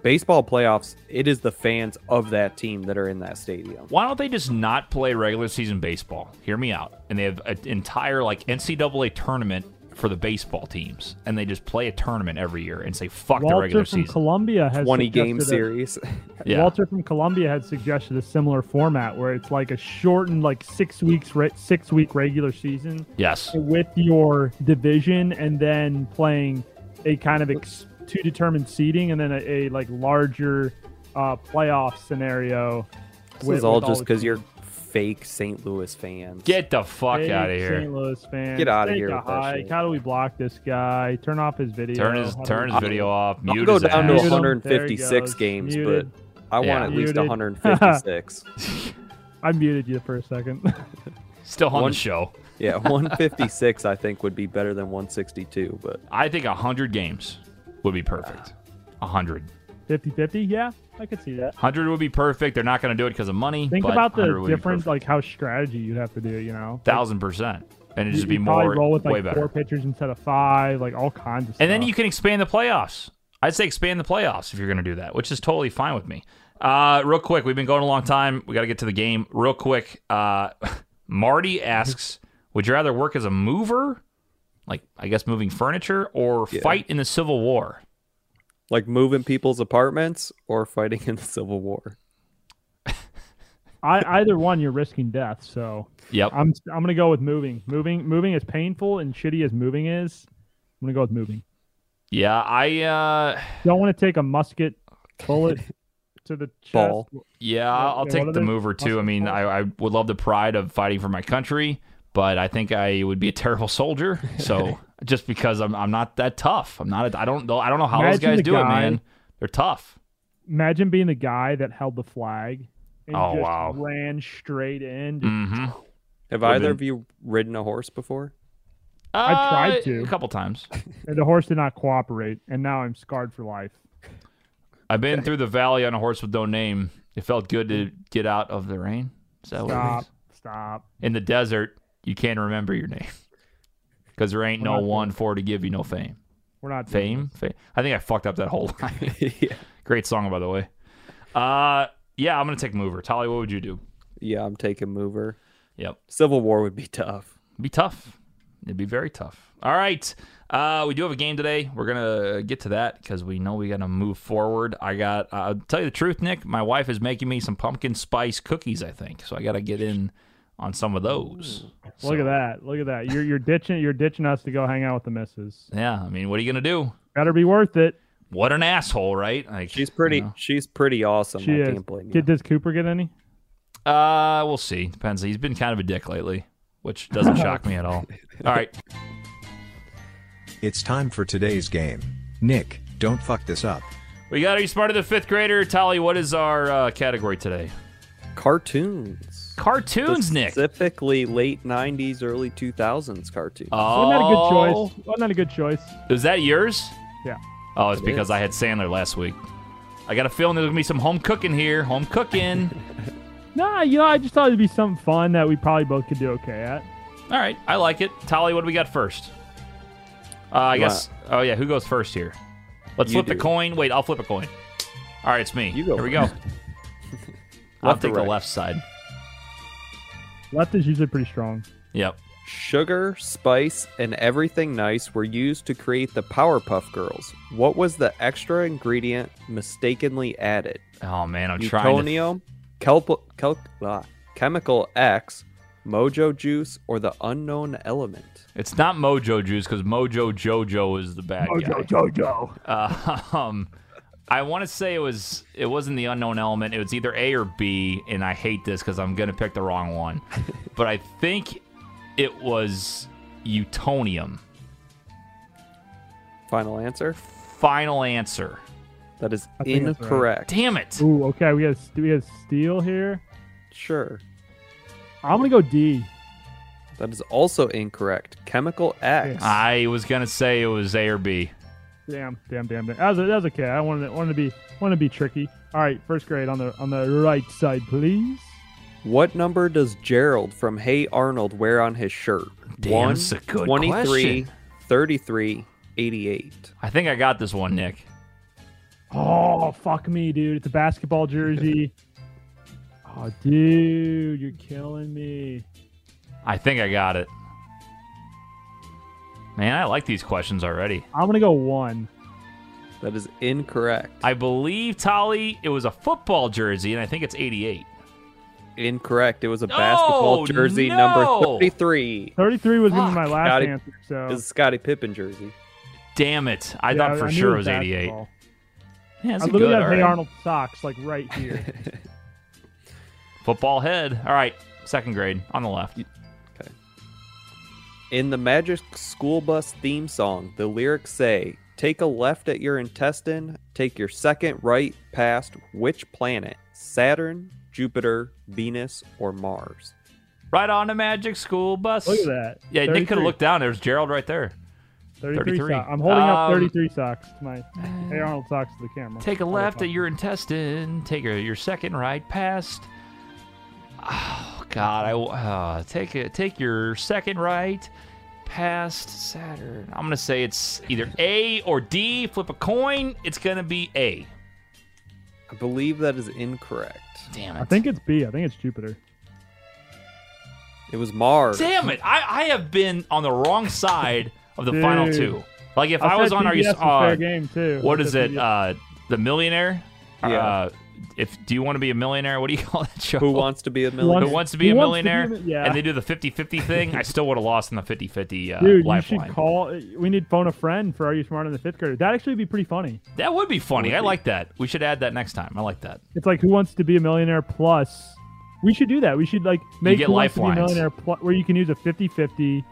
[SPEAKER 4] baseball playoffs, it is the fans of that team that are in that stadium.
[SPEAKER 3] Why don't they just not play regular season baseball? Hear me out. And they have an entire like NCAA tournament for the baseball teams, and they just play a tournament every year and say fuck the
[SPEAKER 5] Walter
[SPEAKER 3] regular
[SPEAKER 5] from
[SPEAKER 3] season.
[SPEAKER 5] Columbia has
[SPEAKER 4] Twenty game
[SPEAKER 5] suggested uh, a-
[SPEAKER 4] series.
[SPEAKER 3] yeah.
[SPEAKER 5] Walter from Columbia had suggested a similar format where it's like a shortened, like six weeks, re- six week regular season
[SPEAKER 3] yes.
[SPEAKER 5] with your division, and then playing a kind of ex- two determined seeding, and then a, a like larger uh, playoff scenario.
[SPEAKER 4] this
[SPEAKER 5] with-
[SPEAKER 4] is all
[SPEAKER 5] with
[SPEAKER 4] just
[SPEAKER 5] the
[SPEAKER 4] because you're
[SPEAKER 5] teams.
[SPEAKER 4] fake St. Louis fans.
[SPEAKER 3] Get the fuck
[SPEAKER 5] Big
[SPEAKER 3] out of here.
[SPEAKER 5] St. Louis fans,
[SPEAKER 4] Get outta
[SPEAKER 5] take
[SPEAKER 4] here
[SPEAKER 5] a
[SPEAKER 4] with that
[SPEAKER 5] hike.
[SPEAKER 4] shit.
[SPEAKER 5] How do we block this guy? Turn off his video.
[SPEAKER 3] Turn his
[SPEAKER 5] How do
[SPEAKER 3] turn
[SPEAKER 5] we-
[SPEAKER 3] his video off.
[SPEAKER 4] I'll
[SPEAKER 3] Mute
[SPEAKER 4] go
[SPEAKER 3] his
[SPEAKER 4] down to
[SPEAKER 3] ass.
[SPEAKER 5] Mute him. There he
[SPEAKER 4] 156
[SPEAKER 5] goes.
[SPEAKER 4] games,
[SPEAKER 5] Muted.
[SPEAKER 4] but I
[SPEAKER 3] Yeah.
[SPEAKER 4] want at least
[SPEAKER 5] Muted.
[SPEAKER 4] 156.
[SPEAKER 5] I muted you for a second.
[SPEAKER 3] Still on
[SPEAKER 4] One-
[SPEAKER 3] the show.
[SPEAKER 4] yeah, 156 I think would be better than 162, but
[SPEAKER 3] I think 100 games would be perfect. 100.
[SPEAKER 5] 50-50? Yeah, I could see that.
[SPEAKER 3] 100 would be perfect. They're not going to do it because of money.
[SPEAKER 5] Think
[SPEAKER 3] but
[SPEAKER 5] about
[SPEAKER 3] 100
[SPEAKER 5] the
[SPEAKER 3] would be
[SPEAKER 5] difference,
[SPEAKER 3] perfect.
[SPEAKER 5] like how strategy you'd have to do. You know,
[SPEAKER 3] thousand percent, and it'd just
[SPEAKER 5] You'd
[SPEAKER 3] be
[SPEAKER 5] probably
[SPEAKER 3] more
[SPEAKER 5] roll with like
[SPEAKER 3] way better.
[SPEAKER 5] four pitchers instead of five, like all kinds of stuff.
[SPEAKER 3] and then you can expand the playoffs. I'd say expand the playoffs if you're going to do that, which is totally fine with me. Uh, real quick, we've been going a long time. We got to get to the game real quick. Uh, Marty asks, "Would you rather work as a mover, like I guess moving furniture, or fight in the Civil War?"
[SPEAKER 4] like moving people's apartments or fighting in the Civil War.
[SPEAKER 5] I, either one, you're risking death. So
[SPEAKER 3] Yep.
[SPEAKER 5] I'm I'm gonna go with moving. Moving moving as painful and shitty as moving is. I'm gonna go with moving.
[SPEAKER 3] Yeah, I. Uh,
[SPEAKER 5] Don't want to take a musket bullet to the chest.
[SPEAKER 4] Ball.
[SPEAKER 3] Yeah, I'll I'll
[SPEAKER 5] yeah,
[SPEAKER 3] take
[SPEAKER 5] what are
[SPEAKER 3] the
[SPEAKER 5] they?
[SPEAKER 3] mover too. I
[SPEAKER 5] Muscle
[SPEAKER 3] mean, I, I would love the pride of fighting for my country, but I think I would be a terrible soldier. So just because I'm, I'm not that tough, I'm not. A, I don't know. I don't know how
[SPEAKER 5] Imagine
[SPEAKER 3] those guys
[SPEAKER 5] the
[SPEAKER 3] do it,
[SPEAKER 5] guy-
[SPEAKER 3] man. They're tough.
[SPEAKER 5] Imagine being the guy that held the flag and
[SPEAKER 3] Oh,
[SPEAKER 5] just
[SPEAKER 3] wow.
[SPEAKER 5] ran straight in. Just-
[SPEAKER 3] hmm
[SPEAKER 4] Have
[SPEAKER 3] Would've
[SPEAKER 4] either
[SPEAKER 3] been-
[SPEAKER 4] of you ridden a horse before?
[SPEAKER 5] I tried to.
[SPEAKER 3] Uh, a couple times.
[SPEAKER 5] and the horse did not cooperate, and now I'm scarred for life.
[SPEAKER 3] I've been through the valley on a horse with no name. It felt good to get out of the rain. Is that what it
[SPEAKER 5] Stop,
[SPEAKER 3] is?
[SPEAKER 5] stop.
[SPEAKER 3] In the desert, you can't remember your name because there ain't no one for to give you no fame.
[SPEAKER 5] We're not doing
[SPEAKER 3] Fame, fame. I think I fucked up that whole line.
[SPEAKER 4] yeah.
[SPEAKER 3] Great song, by the way. Uh, yeah, I'm gonna take mover. Tolly, what would you do?
[SPEAKER 4] Yeah, I'm taking mover.
[SPEAKER 3] Yep,
[SPEAKER 4] Civil War would be tough.
[SPEAKER 3] It'd be tough. It'd be very tough. All right, uh, we do have a game today. We're gonna get to that because we know we gotta move forward. I got. uh, I'll tell you the truth, Nick. My wife is making me some pumpkin spice cookies. I think so. I gotta get in on some of those.
[SPEAKER 5] Look at that. Look at that. You're you're ditching you're ditching us to go hang out with the missus.
[SPEAKER 3] Yeah, I mean, what are you gonna do?
[SPEAKER 5] Better be worth it.
[SPEAKER 3] What an asshole, right? Like
[SPEAKER 4] She's pretty.
[SPEAKER 3] you know.
[SPEAKER 4] She's pretty awesome.
[SPEAKER 5] She
[SPEAKER 4] I
[SPEAKER 5] is.
[SPEAKER 4] can't blame you.
[SPEAKER 5] Did, does Cooper get any?
[SPEAKER 3] Uh, we'll see. Depends. He's been kind of a dick lately, which doesn't shock me at all. All right.
[SPEAKER 2] It's time for today's game. Nick, don't fuck this up.
[SPEAKER 3] We got Are You Smarter Than a Fifth Grader? Tolly, what is our uh, category today?
[SPEAKER 4] Cartoons.
[SPEAKER 3] Cartoons, Nick.
[SPEAKER 4] Specifically, late '90s, early 2000s cartoons.
[SPEAKER 3] Oh,
[SPEAKER 5] Wasn't that a good choice? Wasn't that a good choice?
[SPEAKER 3] Is that yours?
[SPEAKER 5] Yeah.
[SPEAKER 3] Oh, it's
[SPEAKER 4] It
[SPEAKER 3] because
[SPEAKER 4] is.
[SPEAKER 3] I had Sandler last week. I got a feeling there's going to be some home cooking here. Home cooking.
[SPEAKER 5] Nah, you know, I just thought it'd be something fun that we probably both could do okay at.
[SPEAKER 3] all right. I like it. Tolly, what do we got first? Uh, I
[SPEAKER 4] You
[SPEAKER 3] guess. Oh, yeah. Who goes first here? Let's
[SPEAKER 4] You
[SPEAKER 3] flip the
[SPEAKER 4] do.
[SPEAKER 3] coin. Wait, I'll flip a coin. All right, it's me.
[SPEAKER 4] You go
[SPEAKER 3] Here we go. I'll
[SPEAKER 4] Left or
[SPEAKER 3] take
[SPEAKER 4] right?
[SPEAKER 3] the left side.
[SPEAKER 5] Left is usually pretty strong.
[SPEAKER 3] Yep.
[SPEAKER 4] Sugar, spice, and everything nice were used to create the Powerpuff Girls. What was the extra ingredient mistakenly added?
[SPEAKER 3] Oh man, I'm trying. To...
[SPEAKER 4] Plutonium, kelp, kelp, ah, chemical X, mojo juice, or the unknown element?
[SPEAKER 3] It's not Mojo Juice because Mojo Jojo is the bad guy.
[SPEAKER 5] Jojo.
[SPEAKER 3] Uh, um, I want to say it was it wasn't the unknown element. It was either A or B, and I hate this because I'm gonna pick the wrong one. but I think it was Utonium.
[SPEAKER 4] Final answer.
[SPEAKER 3] Final answer.
[SPEAKER 4] That is
[SPEAKER 5] I think that's right.
[SPEAKER 4] incorrect.
[SPEAKER 3] Damam it!
[SPEAKER 5] Ooh, okay. We got we got steel here.
[SPEAKER 4] Sure.
[SPEAKER 5] I'm gonna go D.
[SPEAKER 4] That is also incorrect. Chemical X.
[SPEAKER 3] I was gonna say it was A or B.
[SPEAKER 5] Damn, damn, damn, damn. That was, that was okay. I wanted to, wanted to be wanted to be tricky. All right, first grade on the on the right side, please.
[SPEAKER 4] What number does Gerald from Hey Arnold wear on his shirt?
[SPEAKER 3] Damn, it's a good
[SPEAKER 4] 23,
[SPEAKER 3] question.
[SPEAKER 4] 33, 88.
[SPEAKER 3] I think I got this one, Nick.
[SPEAKER 5] Oh fuck me, dude! It's a basketball jersey. oh, dude, you're killing me.
[SPEAKER 3] I think I got it. Man, I like these questions already.
[SPEAKER 5] I'm gonna go one.
[SPEAKER 4] That is incorrect.
[SPEAKER 3] I believe Tolly, it was a football jersey, and I think it's 88.
[SPEAKER 4] incorrect. It was a basketball
[SPEAKER 3] Oh,
[SPEAKER 4] jersey
[SPEAKER 3] no!
[SPEAKER 4] number 33.
[SPEAKER 5] Thirty-three was gonna be
[SPEAKER 3] Fuck,
[SPEAKER 5] my last
[SPEAKER 4] gotta-
[SPEAKER 5] answer. So
[SPEAKER 4] Is Scottie Pippen jersey.
[SPEAKER 3] Damn it. I
[SPEAKER 5] Yeah,
[SPEAKER 3] thought for
[SPEAKER 5] knew
[SPEAKER 3] sure it was 88.
[SPEAKER 5] basketball.
[SPEAKER 3] Yeah, that's
[SPEAKER 5] I
[SPEAKER 3] a good,
[SPEAKER 5] literally have
[SPEAKER 3] all
[SPEAKER 5] Hey
[SPEAKER 3] right.
[SPEAKER 5] Arnold socks like right here.
[SPEAKER 3] Football head. All right, second grade on the left.
[SPEAKER 4] In the Magic School Bus theme song, the lyrics say, "Take a left at your intestine, take your second right past which planet? Saturn, Jupiter, Venus, or Mars?"
[SPEAKER 3] Right on the Magic School Bus.
[SPEAKER 5] Look at that.
[SPEAKER 3] Yeah, Nick could
[SPEAKER 5] 33.
[SPEAKER 3] have looked down. There's Gerald right there.
[SPEAKER 5] 33.
[SPEAKER 3] 33.
[SPEAKER 5] socks. I'm holding up
[SPEAKER 3] Um,
[SPEAKER 5] 33 socks to my Hey Arnold socks to the camera.
[SPEAKER 3] Take a
[SPEAKER 5] Oh,
[SPEAKER 3] left
[SPEAKER 5] fuck.
[SPEAKER 3] at your intestine. Take a, your second right past. Oh God! I w- uh, take a, take your second right past Saturn. I'm gonna say it's either A or D. Flip a coin. It's gonna be A.
[SPEAKER 4] I believe that is incorrect.
[SPEAKER 3] Damn it!
[SPEAKER 5] I think it's B. I think it's Jupiter.
[SPEAKER 4] It was Mars.
[SPEAKER 3] Damn it! I, I have been on the wrong side of the final
[SPEAKER 5] Dude.
[SPEAKER 3] two. Like if I, was
[SPEAKER 5] said
[SPEAKER 3] on our
[SPEAKER 5] TBS was fair
[SPEAKER 3] uh,
[SPEAKER 5] game too.
[SPEAKER 3] what
[SPEAKER 5] I
[SPEAKER 3] is
[SPEAKER 5] said
[SPEAKER 3] it?
[SPEAKER 5] TBS.
[SPEAKER 3] Uh, the millionaire.
[SPEAKER 4] Yeah.
[SPEAKER 3] Uh, if do you want to be a millionaire? What do you call that show?
[SPEAKER 4] Who wants to be a
[SPEAKER 5] Who
[SPEAKER 4] millionaire?
[SPEAKER 3] who wants to be
[SPEAKER 5] Who
[SPEAKER 3] a
[SPEAKER 5] wants to be a
[SPEAKER 3] millionaire
[SPEAKER 5] mi- yeah.
[SPEAKER 3] and they do the 50-50 thing i still would have lost in the 50-50 uh,
[SPEAKER 5] Dude, you should
[SPEAKER 3] lifeline
[SPEAKER 5] call. We need phone a friend for Are You Smarter Than the Fifth Grader? That actually would be pretty funny.
[SPEAKER 3] that would be funny
[SPEAKER 4] Would
[SPEAKER 3] i
[SPEAKER 4] be.
[SPEAKER 3] like that we should add that next time i like that
[SPEAKER 5] It's like Who Wants to Be a Millionaire Plus. We should do that. We should like make
[SPEAKER 3] get
[SPEAKER 5] Who Wants to Be a
[SPEAKER 3] lifelines.
[SPEAKER 5] Millionaire Plus, where you can use a 50-50.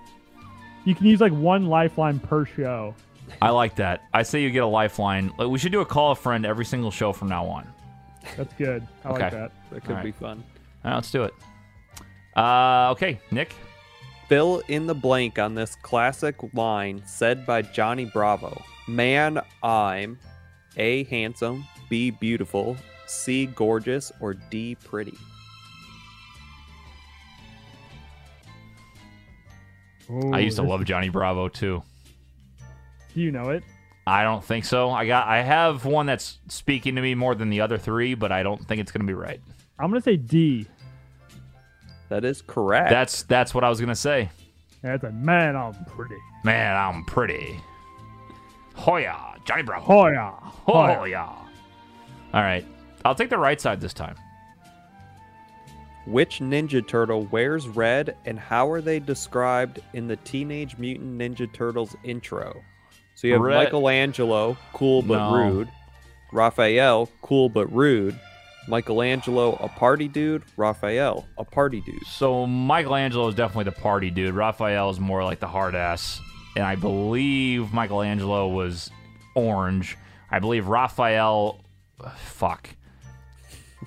[SPEAKER 5] You can use like one lifeline per show.
[SPEAKER 3] i like that i say you get a lifeline like, we should do a call a friend every single show from now on
[SPEAKER 5] That's good. I like
[SPEAKER 3] Okay.
[SPEAKER 5] that.
[SPEAKER 4] That could
[SPEAKER 3] All right.
[SPEAKER 4] be fun.
[SPEAKER 3] All right, let's do it. Uh, okay, Nick.
[SPEAKER 4] Fill in the blank on this classic line said by Johnny Bravo. Man, I'm A, handsome, B, beautiful, C, gorgeous, or D, pretty.
[SPEAKER 5] Ooh,
[SPEAKER 3] I used to
[SPEAKER 5] this-
[SPEAKER 3] love Johnny Bravo too.
[SPEAKER 5] Do you know it?
[SPEAKER 3] I don't think so. I got I have one that's speaking to me more than the other three, but I don't think it's gonna be right.
[SPEAKER 5] I'm gonna say D.
[SPEAKER 4] That is correct.
[SPEAKER 3] That's that's what I was gonna say.
[SPEAKER 5] That's a man. I'm pretty.
[SPEAKER 3] Man, I'm pretty. Hoya, Johnny Bravo.
[SPEAKER 5] Oh yeah.
[SPEAKER 3] Oh yeah. All right. I'll take the right side this time.
[SPEAKER 4] Which Ninja Turtle wears red and how are they described in the Teenage Mutant Ninja Turtles intro? So you have
[SPEAKER 3] Red-
[SPEAKER 4] Michelangelo, cool but
[SPEAKER 3] No.
[SPEAKER 4] rude. Raphael, cool but rude. Michelangelo, a party dude. Raphael, a party dude.
[SPEAKER 3] So Michelangelo is definitely the party dude. Raphael is more like the hard ass. And I believe Michelangelo was orange. I believe Raphael ugh, fuck.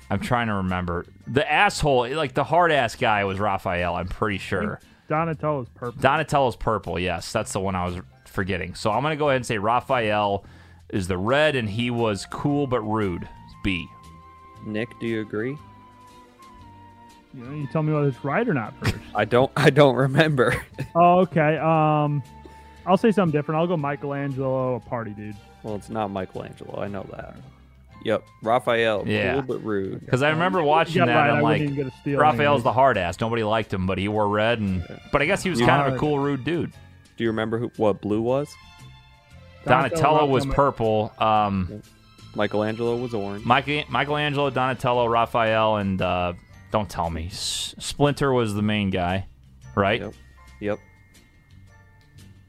[SPEAKER 3] I'm trying to remember. The asshole, like the hard ass guy was Raphael, I'm pretty sure.
[SPEAKER 5] Donatello's purple.
[SPEAKER 3] Donatello's purple. Yes, that's the one I was forgetting. So I'm gonna go ahead and say Raphael is the red, and he was cool but rude. B.
[SPEAKER 4] Nick, do you agree?
[SPEAKER 5] You, know, you tell me whether it's right or not first.
[SPEAKER 4] I don't I don't remember.
[SPEAKER 5] oh, okay. Um, I'll say something different. I'll go Michelangelo, a party dude.
[SPEAKER 4] well, it's not Michelangelo. I know that. Yep, Raphael,
[SPEAKER 3] Yeah.
[SPEAKER 4] cool but rude.
[SPEAKER 3] Because I remember watching
[SPEAKER 5] got
[SPEAKER 3] that.
[SPEAKER 5] right,
[SPEAKER 3] and
[SPEAKER 5] I
[SPEAKER 3] I'm
[SPEAKER 5] wouldn't
[SPEAKER 3] like,
[SPEAKER 5] even get a steal
[SPEAKER 3] Raphael's
[SPEAKER 5] anyway.
[SPEAKER 3] the hard ass. Nobody liked him, but he wore red, and but I guess he was kind of a
[SPEAKER 5] Yeah.
[SPEAKER 3] cool, rude dude.
[SPEAKER 4] Do you remember who, what blue was?
[SPEAKER 3] Donatello was
[SPEAKER 5] Raphael,
[SPEAKER 3] purple. Um,
[SPEAKER 4] Michelangelo was orange.
[SPEAKER 3] Michael, Michelangelo, Donatello, Raphael, and uh, don't tell me S- Splinter was the main guy, right?
[SPEAKER 4] Yep. Yep.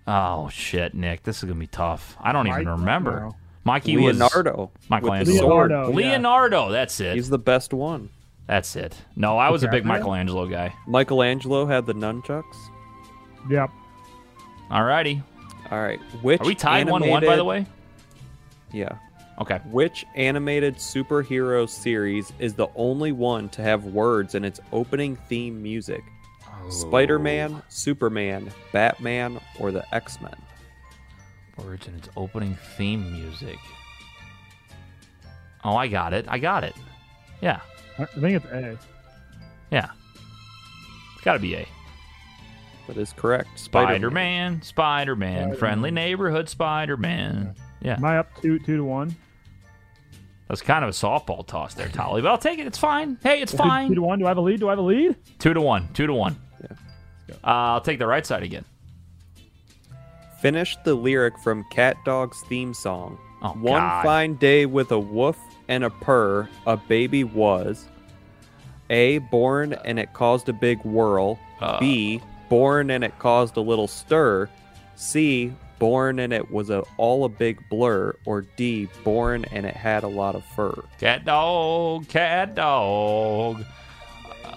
[SPEAKER 3] Oh shit, Nick, this is gonna be tough. I don't even
[SPEAKER 5] Mike-
[SPEAKER 3] remember.
[SPEAKER 5] no.
[SPEAKER 3] Mikey was
[SPEAKER 4] Leonardo. with the
[SPEAKER 3] Michelangelo.
[SPEAKER 4] sword.
[SPEAKER 5] Leonardo. yeah.
[SPEAKER 3] Leonardo, that's it.
[SPEAKER 4] He's the best one.
[SPEAKER 3] That's it. No, I was a
[SPEAKER 5] Okay.
[SPEAKER 3] big Michelangelo guy.
[SPEAKER 4] Michelangelo had the nunchucks.
[SPEAKER 5] Yep.
[SPEAKER 3] Alrighty.
[SPEAKER 4] All right. Which
[SPEAKER 3] Are we tied one one by
[SPEAKER 4] animated-
[SPEAKER 3] the way?
[SPEAKER 4] Yeah.
[SPEAKER 3] Okay.
[SPEAKER 4] Which animated superhero series is the only one to have words in its opening theme music?
[SPEAKER 3] Oh.
[SPEAKER 4] Spider-Man, Superman, Batman, or the X-Men?
[SPEAKER 3] Words and its opening theme music. Oh, I got it. I got it. Yeah.
[SPEAKER 5] I I think it's A.
[SPEAKER 3] Yeah. It's gotta be A.
[SPEAKER 4] That is correct.
[SPEAKER 3] Spider
[SPEAKER 4] Spider-Man.
[SPEAKER 3] Man, Spider Man, friendly neighborhood Spider Man. Yeah.
[SPEAKER 5] Am I up two two to one?
[SPEAKER 3] That's kind of a softball toss there, Tolly, but I'll take it. It's fine. Hey, it's
[SPEAKER 5] Two- Two,
[SPEAKER 3] fine.
[SPEAKER 5] to one. Do I have a lead? Do I have a lead?
[SPEAKER 3] Two to one. Two to one. Uh, I'll take the right side again.
[SPEAKER 4] Finish the lyric from Cat Dog's theme song.
[SPEAKER 3] Oh,
[SPEAKER 4] One
[SPEAKER 3] God.
[SPEAKER 4] fine day with a woof and a purr, a baby was. A. Born and it caused a big whirl.
[SPEAKER 3] Uh.
[SPEAKER 4] B. Born and it caused a little stir. C. Born and it was a, all a big blur. Or D. Born and it had a lot of fur.
[SPEAKER 3] Cat dog, cat dog.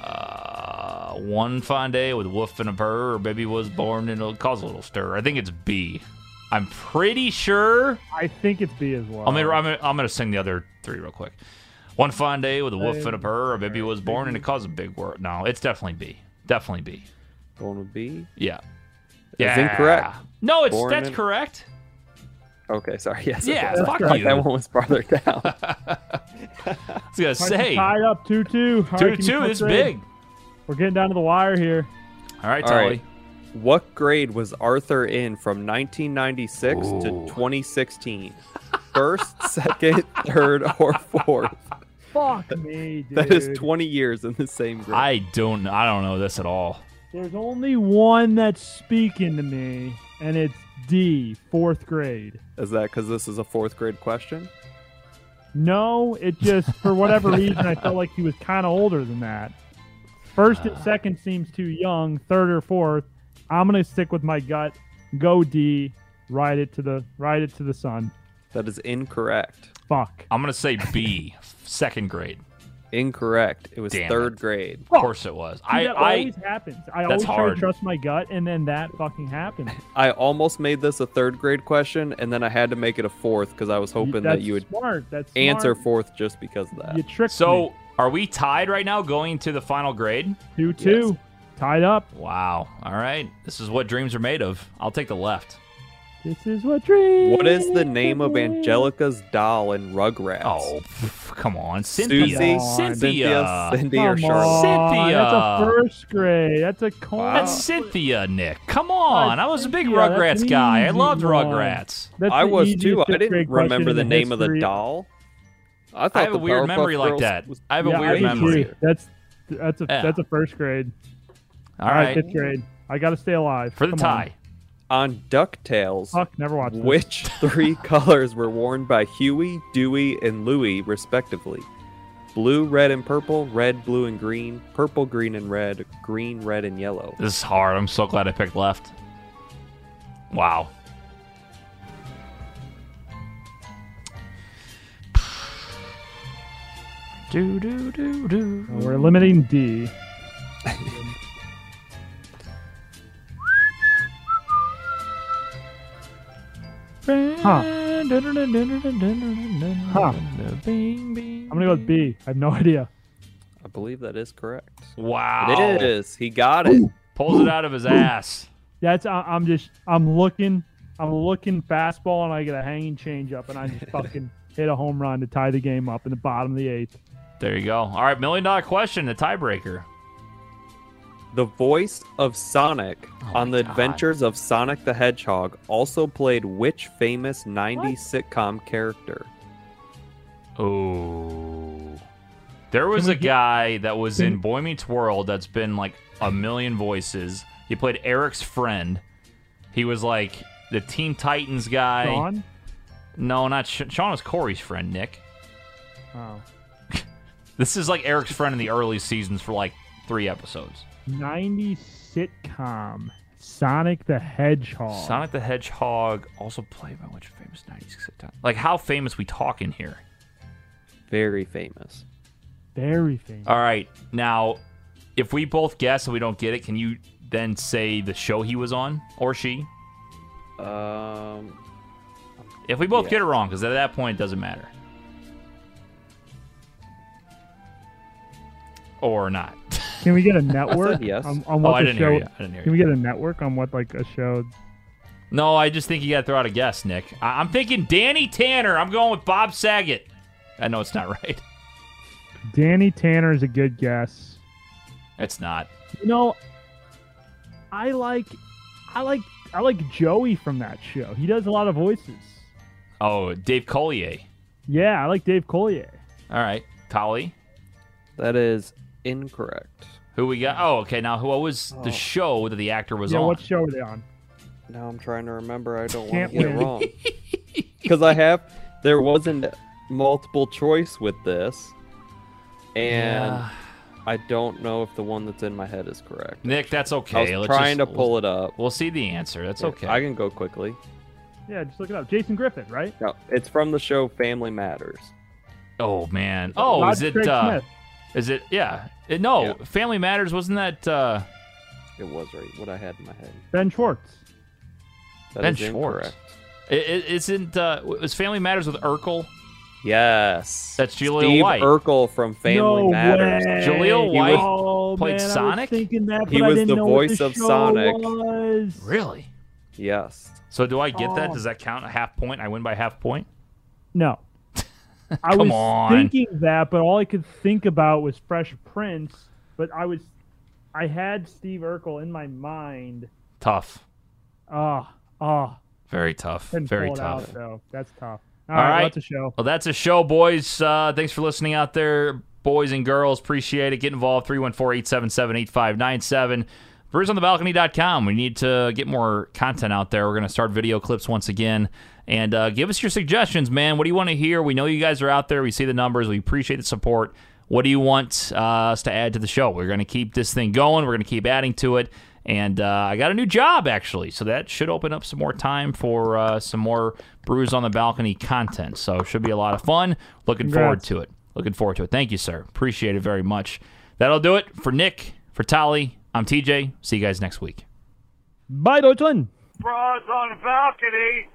[SPEAKER 3] Uh, one fine day with woof and a purr, or baby was born and it'll cause a little stir. I think it's B. I'm pretty sure.
[SPEAKER 5] I think it's B as well.
[SPEAKER 3] I'm gonna, I'm gonna, I'm gonna sing the other three real quick. One fine day with a woof and a purr, or baby was born and it caused a big word. No, it's definitely B. Definitely B.
[SPEAKER 4] Going with B.
[SPEAKER 3] Yeah.
[SPEAKER 4] That's incorrect.
[SPEAKER 3] No, it's
[SPEAKER 4] Born
[SPEAKER 3] that's
[SPEAKER 4] in-
[SPEAKER 3] correct.
[SPEAKER 4] Okay, sorry. Yes.
[SPEAKER 3] Yeah,
[SPEAKER 4] okay.
[SPEAKER 3] fuck
[SPEAKER 4] I thought
[SPEAKER 3] you.
[SPEAKER 4] That one was farther down.
[SPEAKER 3] I was gonna
[SPEAKER 5] All right,
[SPEAKER 3] say
[SPEAKER 5] tied up two two. All
[SPEAKER 3] two
[SPEAKER 5] right,
[SPEAKER 3] to
[SPEAKER 5] can
[SPEAKER 3] two.
[SPEAKER 5] you
[SPEAKER 3] It's
[SPEAKER 5] put it in?
[SPEAKER 3] big.
[SPEAKER 5] We're getting down to the wire here.
[SPEAKER 3] All right,
[SPEAKER 4] All
[SPEAKER 3] Tolly.
[SPEAKER 4] right. What grade was Arthur in from 1996 to 2016? First, second, third, or fourth?
[SPEAKER 5] Fuck me, dude.
[SPEAKER 4] That is 20 years in the same grade.
[SPEAKER 3] I don't, I don't know this at all.
[SPEAKER 5] There's only one that's speaking to me, and it's D, fourth grade.
[SPEAKER 4] Is that because this is a fourth grade question?
[SPEAKER 5] No, it just for whatever reason I felt like he was kind of older than that. First and second seems too young. Third or fourth, I'm gonna stick with my gut. Go D, ride it to the ride it to the sun.
[SPEAKER 4] That is incorrect.
[SPEAKER 5] Fuck.
[SPEAKER 3] I'm gonna say B, second grade.
[SPEAKER 4] Incorrect. It was
[SPEAKER 3] Damn
[SPEAKER 4] third
[SPEAKER 3] it.
[SPEAKER 4] grade.
[SPEAKER 3] Of course it was. I,
[SPEAKER 5] that
[SPEAKER 3] I
[SPEAKER 5] always happens. I
[SPEAKER 3] That's
[SPEAKER 5] always try
[SPEAKER 3] hard.
[SPEAKER 5] to trust my gut, and then that fucking happens.
[SPEAKER 4] I almost made this a third grade question, and then I had to make it a fourth because I was hoping
[SPEAKER 5] That's
[SPEAKER 4] that you would
[SPEAKER 5] smart. That's
[SPEAKER 4] answer
[SPEAKER 5] smart.
[SPEAKER 4] fourth just because of that.
[SPEAKER 5] You tricked
[SPEAKER 3] so are we tied right now going to the final grade?
[SPEAKER 5] me. Two two, tied up.
[SPEAKER 3] Wow. All right. This is what dreams are made of. I'll take the left.
[SPEAKER 5] This is what dream.
[SPEAKER 4] What is the name of Angelica's doll in Rugrats?
[SPEAKER 3] Oh, pff, come on,
[SPEAKER 4] Susie,
[SPEAKER 3] Cynthia.
[SPEAKER 4] Cynthia,
[SPEAKER 3] Cynthia.
[SPEAKER 4] Cindy, or
[SPEAKER 5] Come on,
[SPEAKER 4] Charlotte?
[SPEAKER 5] That's a
[SPEAKER 3] Cynthia.
[SPEAKER 5] first grade. That's a coin.
[SPEAKER 3] That's Cynthia, Nick. Come on. I was a big
[SPEAKER 5] Cynthia, that's
[SPEAKER 3] Rugrats
[SPEAKER 5] an
[SPEAKER 3] guy. I
[SPEAKER 5] easy
[SPEAKER 3] loved
[SPEAKER 5] one.
[SPEAKER 3] Rugrats.
[SPEAKER 5] That's
[SPEAKER 4] I
[SPEAKER 5] the
[SPEAKER 4] was
[SPEAKER 5] easiest
[SPEAKER 4] too. I
[SPEAKER 5] fifth grade
[SPEAKER 4] didn't
[SPEAKER 5] question
[SPEAKER 4] remember
[SPEAKER 5] in
[SPEAKER 4] the name of the
[SPEAKER 5] history.
[SPEAKER 4] doll. I thought
[SPEAKER 3] I have
[SPEAKER 4] the
[SPEAKER 3] a weird
[SPEAKER 4] Powerpuff
[SPEAKER 3] memory like
[SPEAKER 4] Girls
[SPEAKER 3] that.
[SPEAKER 4] was-
[SPEAKER 3] I have a
[SPEAKER 5] Yeah,
[SPEAKER 3] weird
[SPEAKER 5] I do,
[SPEAKER 3] memory.
[SPEAKER 5] too. That's that's a
[SPEAKER 3] Yeah.
[SPEAKER 5] that's a first grade.
[SPEAKER 3] All right.
[SPEAKER 5] fifth grade. I gotta stay alive
[SPEAKER 3] For the
[SPEAKER 5] Come on.
[SPEAKER 3] tie.
[SPEAKER 4] on Ducktales.
[SPEAKER 5] Fuck, never watched. this.
[SPEAKER 4] Which three colors were worn by Huey, Dewey, and Louie, respectively? Blue, red, and purple, red, blue, and green, purple, green, and red, green, red, and yellow.
[SPEAKER 3] This is hard. I'm so glad I picked left. Wow. Do do do do.
[SPEAKER 5] Uh, We're limiting D. Huh. Huh. I'm gonna go with B. I have no idea.
[SPEAKER 4] I believe that is correct.
[SPEAKER 3] Wow.
[SPEAKER 4] It is. He got it.
[SPEAKER 3] Pulls it out of his ass.
[SPEAKER 5] That's I, I'm just I'm looking I'm looking fastball and I get a hanging change up and I just fucking hit a home run to tie the game up in the bottom of the eighth.
[SPEAKER 3] There you go. All right, million dollar question, the tiebreaker.
[SPEAKER 4] The voice of Sonic on
[SPEAKER 3] Oh my
[SPEAKER 4] the
[SPEAKER 3] God.
[SPEAKER 4] Adventures of Sonic the Hedgehog also played which famous 90s sitcom character?
[SPEAKER 3] Oh. There was a guy that was in Boy Meets World that's been like a million voices. He played Eric's friend. He was like the Teen Titans guy.
[SPEAKER 5] Sean?
[SPEAKER 3] No, not Sh- Sean was Corey's friend, Nick.
[SPEAKER 5] Oh.
[SPEAKER 3] This is like Eric's friend in the early seasons for like three episodes.
[SPEAKER 5] 90s sitcom Sonic the Hedgehog.
[SPEAKER 3] Sonic the Hedgehog also played by which famous 90s sitcom? Like, how famous we talking here?
[SPEAKER 4] Very famous.
[SPEAKER 5] Very famous.
[SPEAKER 3] All right. Now, if we both guess and we don't get it, can you then say the show he was on or she?
[SPEAKER 4] Um,
[SPEAKER 3] If we both
[SPEAKER 4] Yeah.
[SPEAKER 3] get it wrong, because at that point, it doesn't matter. Or not.
[SPEAKER 5] Can we get a network?
[SPEAKER 4] yes.
[SPEAKER 5] On, on
[SPEAKER 3] oh,
[SPEAKER 5] what
[SPEAKER 3] I
[SPEAKER 5] the
[SPEAKER 3] didn't
[SPEAKER 5] show?
[SPEAKER 3] hear you. I didn't hear
[SPEAKER 5] Can
[SPEAKER 3] you.
[SPEAKER 5] we get a network on what like a show?
[SPEAKER 3] No, I just think you got to throw out a guess, Nick. I- I'm thinking Danny Tanner. I'm going with Bob Saget. I know it's not right.
[SPEAKER 5] Danny Tanner is a good guess.
[SPEAKER 3] It's not.
[SPEAKER 5] You know, I like, I like, I like Joey from that show. He does a lot of voices.
[SPEAKER 3] Oh, Dave Collier.
[SPEAKER 5] Yeah, I like Dave Collier.
[SPEAKER 3] All right. Collie.
[SPEAKER 4] that is incorrect.
[SPEAKER 3] Who we got? Oh, okay. Now, who what was
[SPEAKER 4] Oh.
[SPEAKER 3] the show that the actor was
[SPEAKER 5] yeah,
[SPEAKER 3] on?
[SPEAKER 5] what show are they on?
[SPEAKER 4] Now I'm trying to remember. I don't want
[SPEAKER 5] Can't
[SPEAKER 4] to get it
[SPEAKER 5] win.
[SPEAKER 4] wrong. Because I have, there wasn't multiple choice with this. And
[SPEAKER 3] Yeah.
[SPEAKER 4] I don't know if the one that's in my head is correct.
[SPEAKER 3] Nick, that's
[SPEAKER 4] I
[SPEAKER 3] okay.
[SPEAKER 4] was
[SPEAKER 3] Let's
[SPEAKER 4] trying
[SPEAKER 3] just-
[SPEAKER 4] to pull it up.
[SPEAKER 3] We'll see the answer. That's okay.
[SPEAKER 4] I can go quickly.
[SPEAKER 5] Yeah, just look it up. Jason Griffin, right?
[SPEAKER 4] No, it's from the show Family Matters.
[SPEAKER 3] oh man. Oh,
[SPEAKER 5] Rod
[SPEAKER 3] is it?
[SPEAKER 5] Craig
[SPEAKER 3] Uh,
[SPEAKER 5] Smith.
[SPEAKER 3] is it? Yeah. It- no,
[SPEAKER 4] Yeah.
[SPEAKER 3] Family Matters wasn't that uh,
[SPEAKER 4] It was right what I had in my head.
[SPEAKER 5] Ben Schwartz?
[SPEAKER 4] That
[SPEAKER 3] Ben
[SPEAKER 4] is
[SPEAKER 3] Schwartz.
[SPEAKER 4] incorrect.
[SPEAKER 3] it, it isn't uh, was Family Matters with Urkel?
[SPEAKER 4] Yes.
[SPEAKER 3] That's Jaleel
[SPEAKER 4] Steve
[SPEAKER 3] White.
[SPEAKER 4] Urkel from Family
[SPEAKER 5] no
[SPEAKER 4] Matters.
[SPEAKER 5] Way.
[SPEAKER 3] Jaleel White
[SPEAKER 5] Oh,
[SPEAKER 3] played
[SPEAKER 5] man, I was
[SPEAKER 3] Sonic?
[SPEAKER 5] thinking that,
[SPEAKER 4] He
[SPEAKER 5] but I
[SPEAKER 4] was
[SPEAKER 5] didn't
[SPEAKER 4] the
[SPEAKER 5] know what
[SPEAKER 4] voice of
[SPEAKER 5] show
[SPEAKER 4] Sonic.
[SPEAKER 5] was.
[SPEAKER 3] Really?
[SPEAKER 4] Yes.
[SPEAKER 3] So do I get that?
[SPEAKER 5] Oh.
[SPEAKER 3] Does that count a half point? I win by half point.
[SPEAKER 5] No. I
[SPEAKER 3] Come
[SPEAKER 5] was
[SPEAKER 3] on.
[SPEAKER 5] thinking that, but all I could think about was Fresh Prince. But I was, I had Steve Urkel in my mind.
[SPEAKER 3] Tough.
[SPEAKER 5] Ah, ah,
[SPEAKER 3] Very tough.
[SPEAKER 5] couldn't
[SPEAKER 3] Very
[SPEAKER 5] pull it
[SPEAKER 3] tough.
[SPEAKER 5] out though. That's tough.
[SPEAKER 3] All
[SPEAKER 5] all right,
[SPEAKER 3] right.
[SPEAKER 5] well, that's a show.
[SPEAKER 3] Well, that's a show, boys. Uh, thanks for listening out there, boys and girls. Appreciate it. Get involved 314 877 8597. BrewsOnTheBalcony.com. We need to get more content out there. We're going to start video clips once again. And uh, give us your suggestions, man. What do you want to hear? We know you guys are out there. We see the numbers. We appreciate the support. What do you want uh, us to add to the show? We're going to keep this thing going. We're going to keep adding to it. And uh, I got a new job, actually. So that should open up some more time for uh, some more Brews on the Balcony content. So it should be a lot of fun. Looking
[SPEAKER 5] Congrats.
[SPEAKER 3] forward to it. Looking forward to it. Thank you, sir. Appreciate it very much. That'll do it for Nick, for Tolly. I'm TJ. See you guys next week.
[SPEAKER 5] Bye, Deutschland.
[SPEAKER 9] Bras on balcony.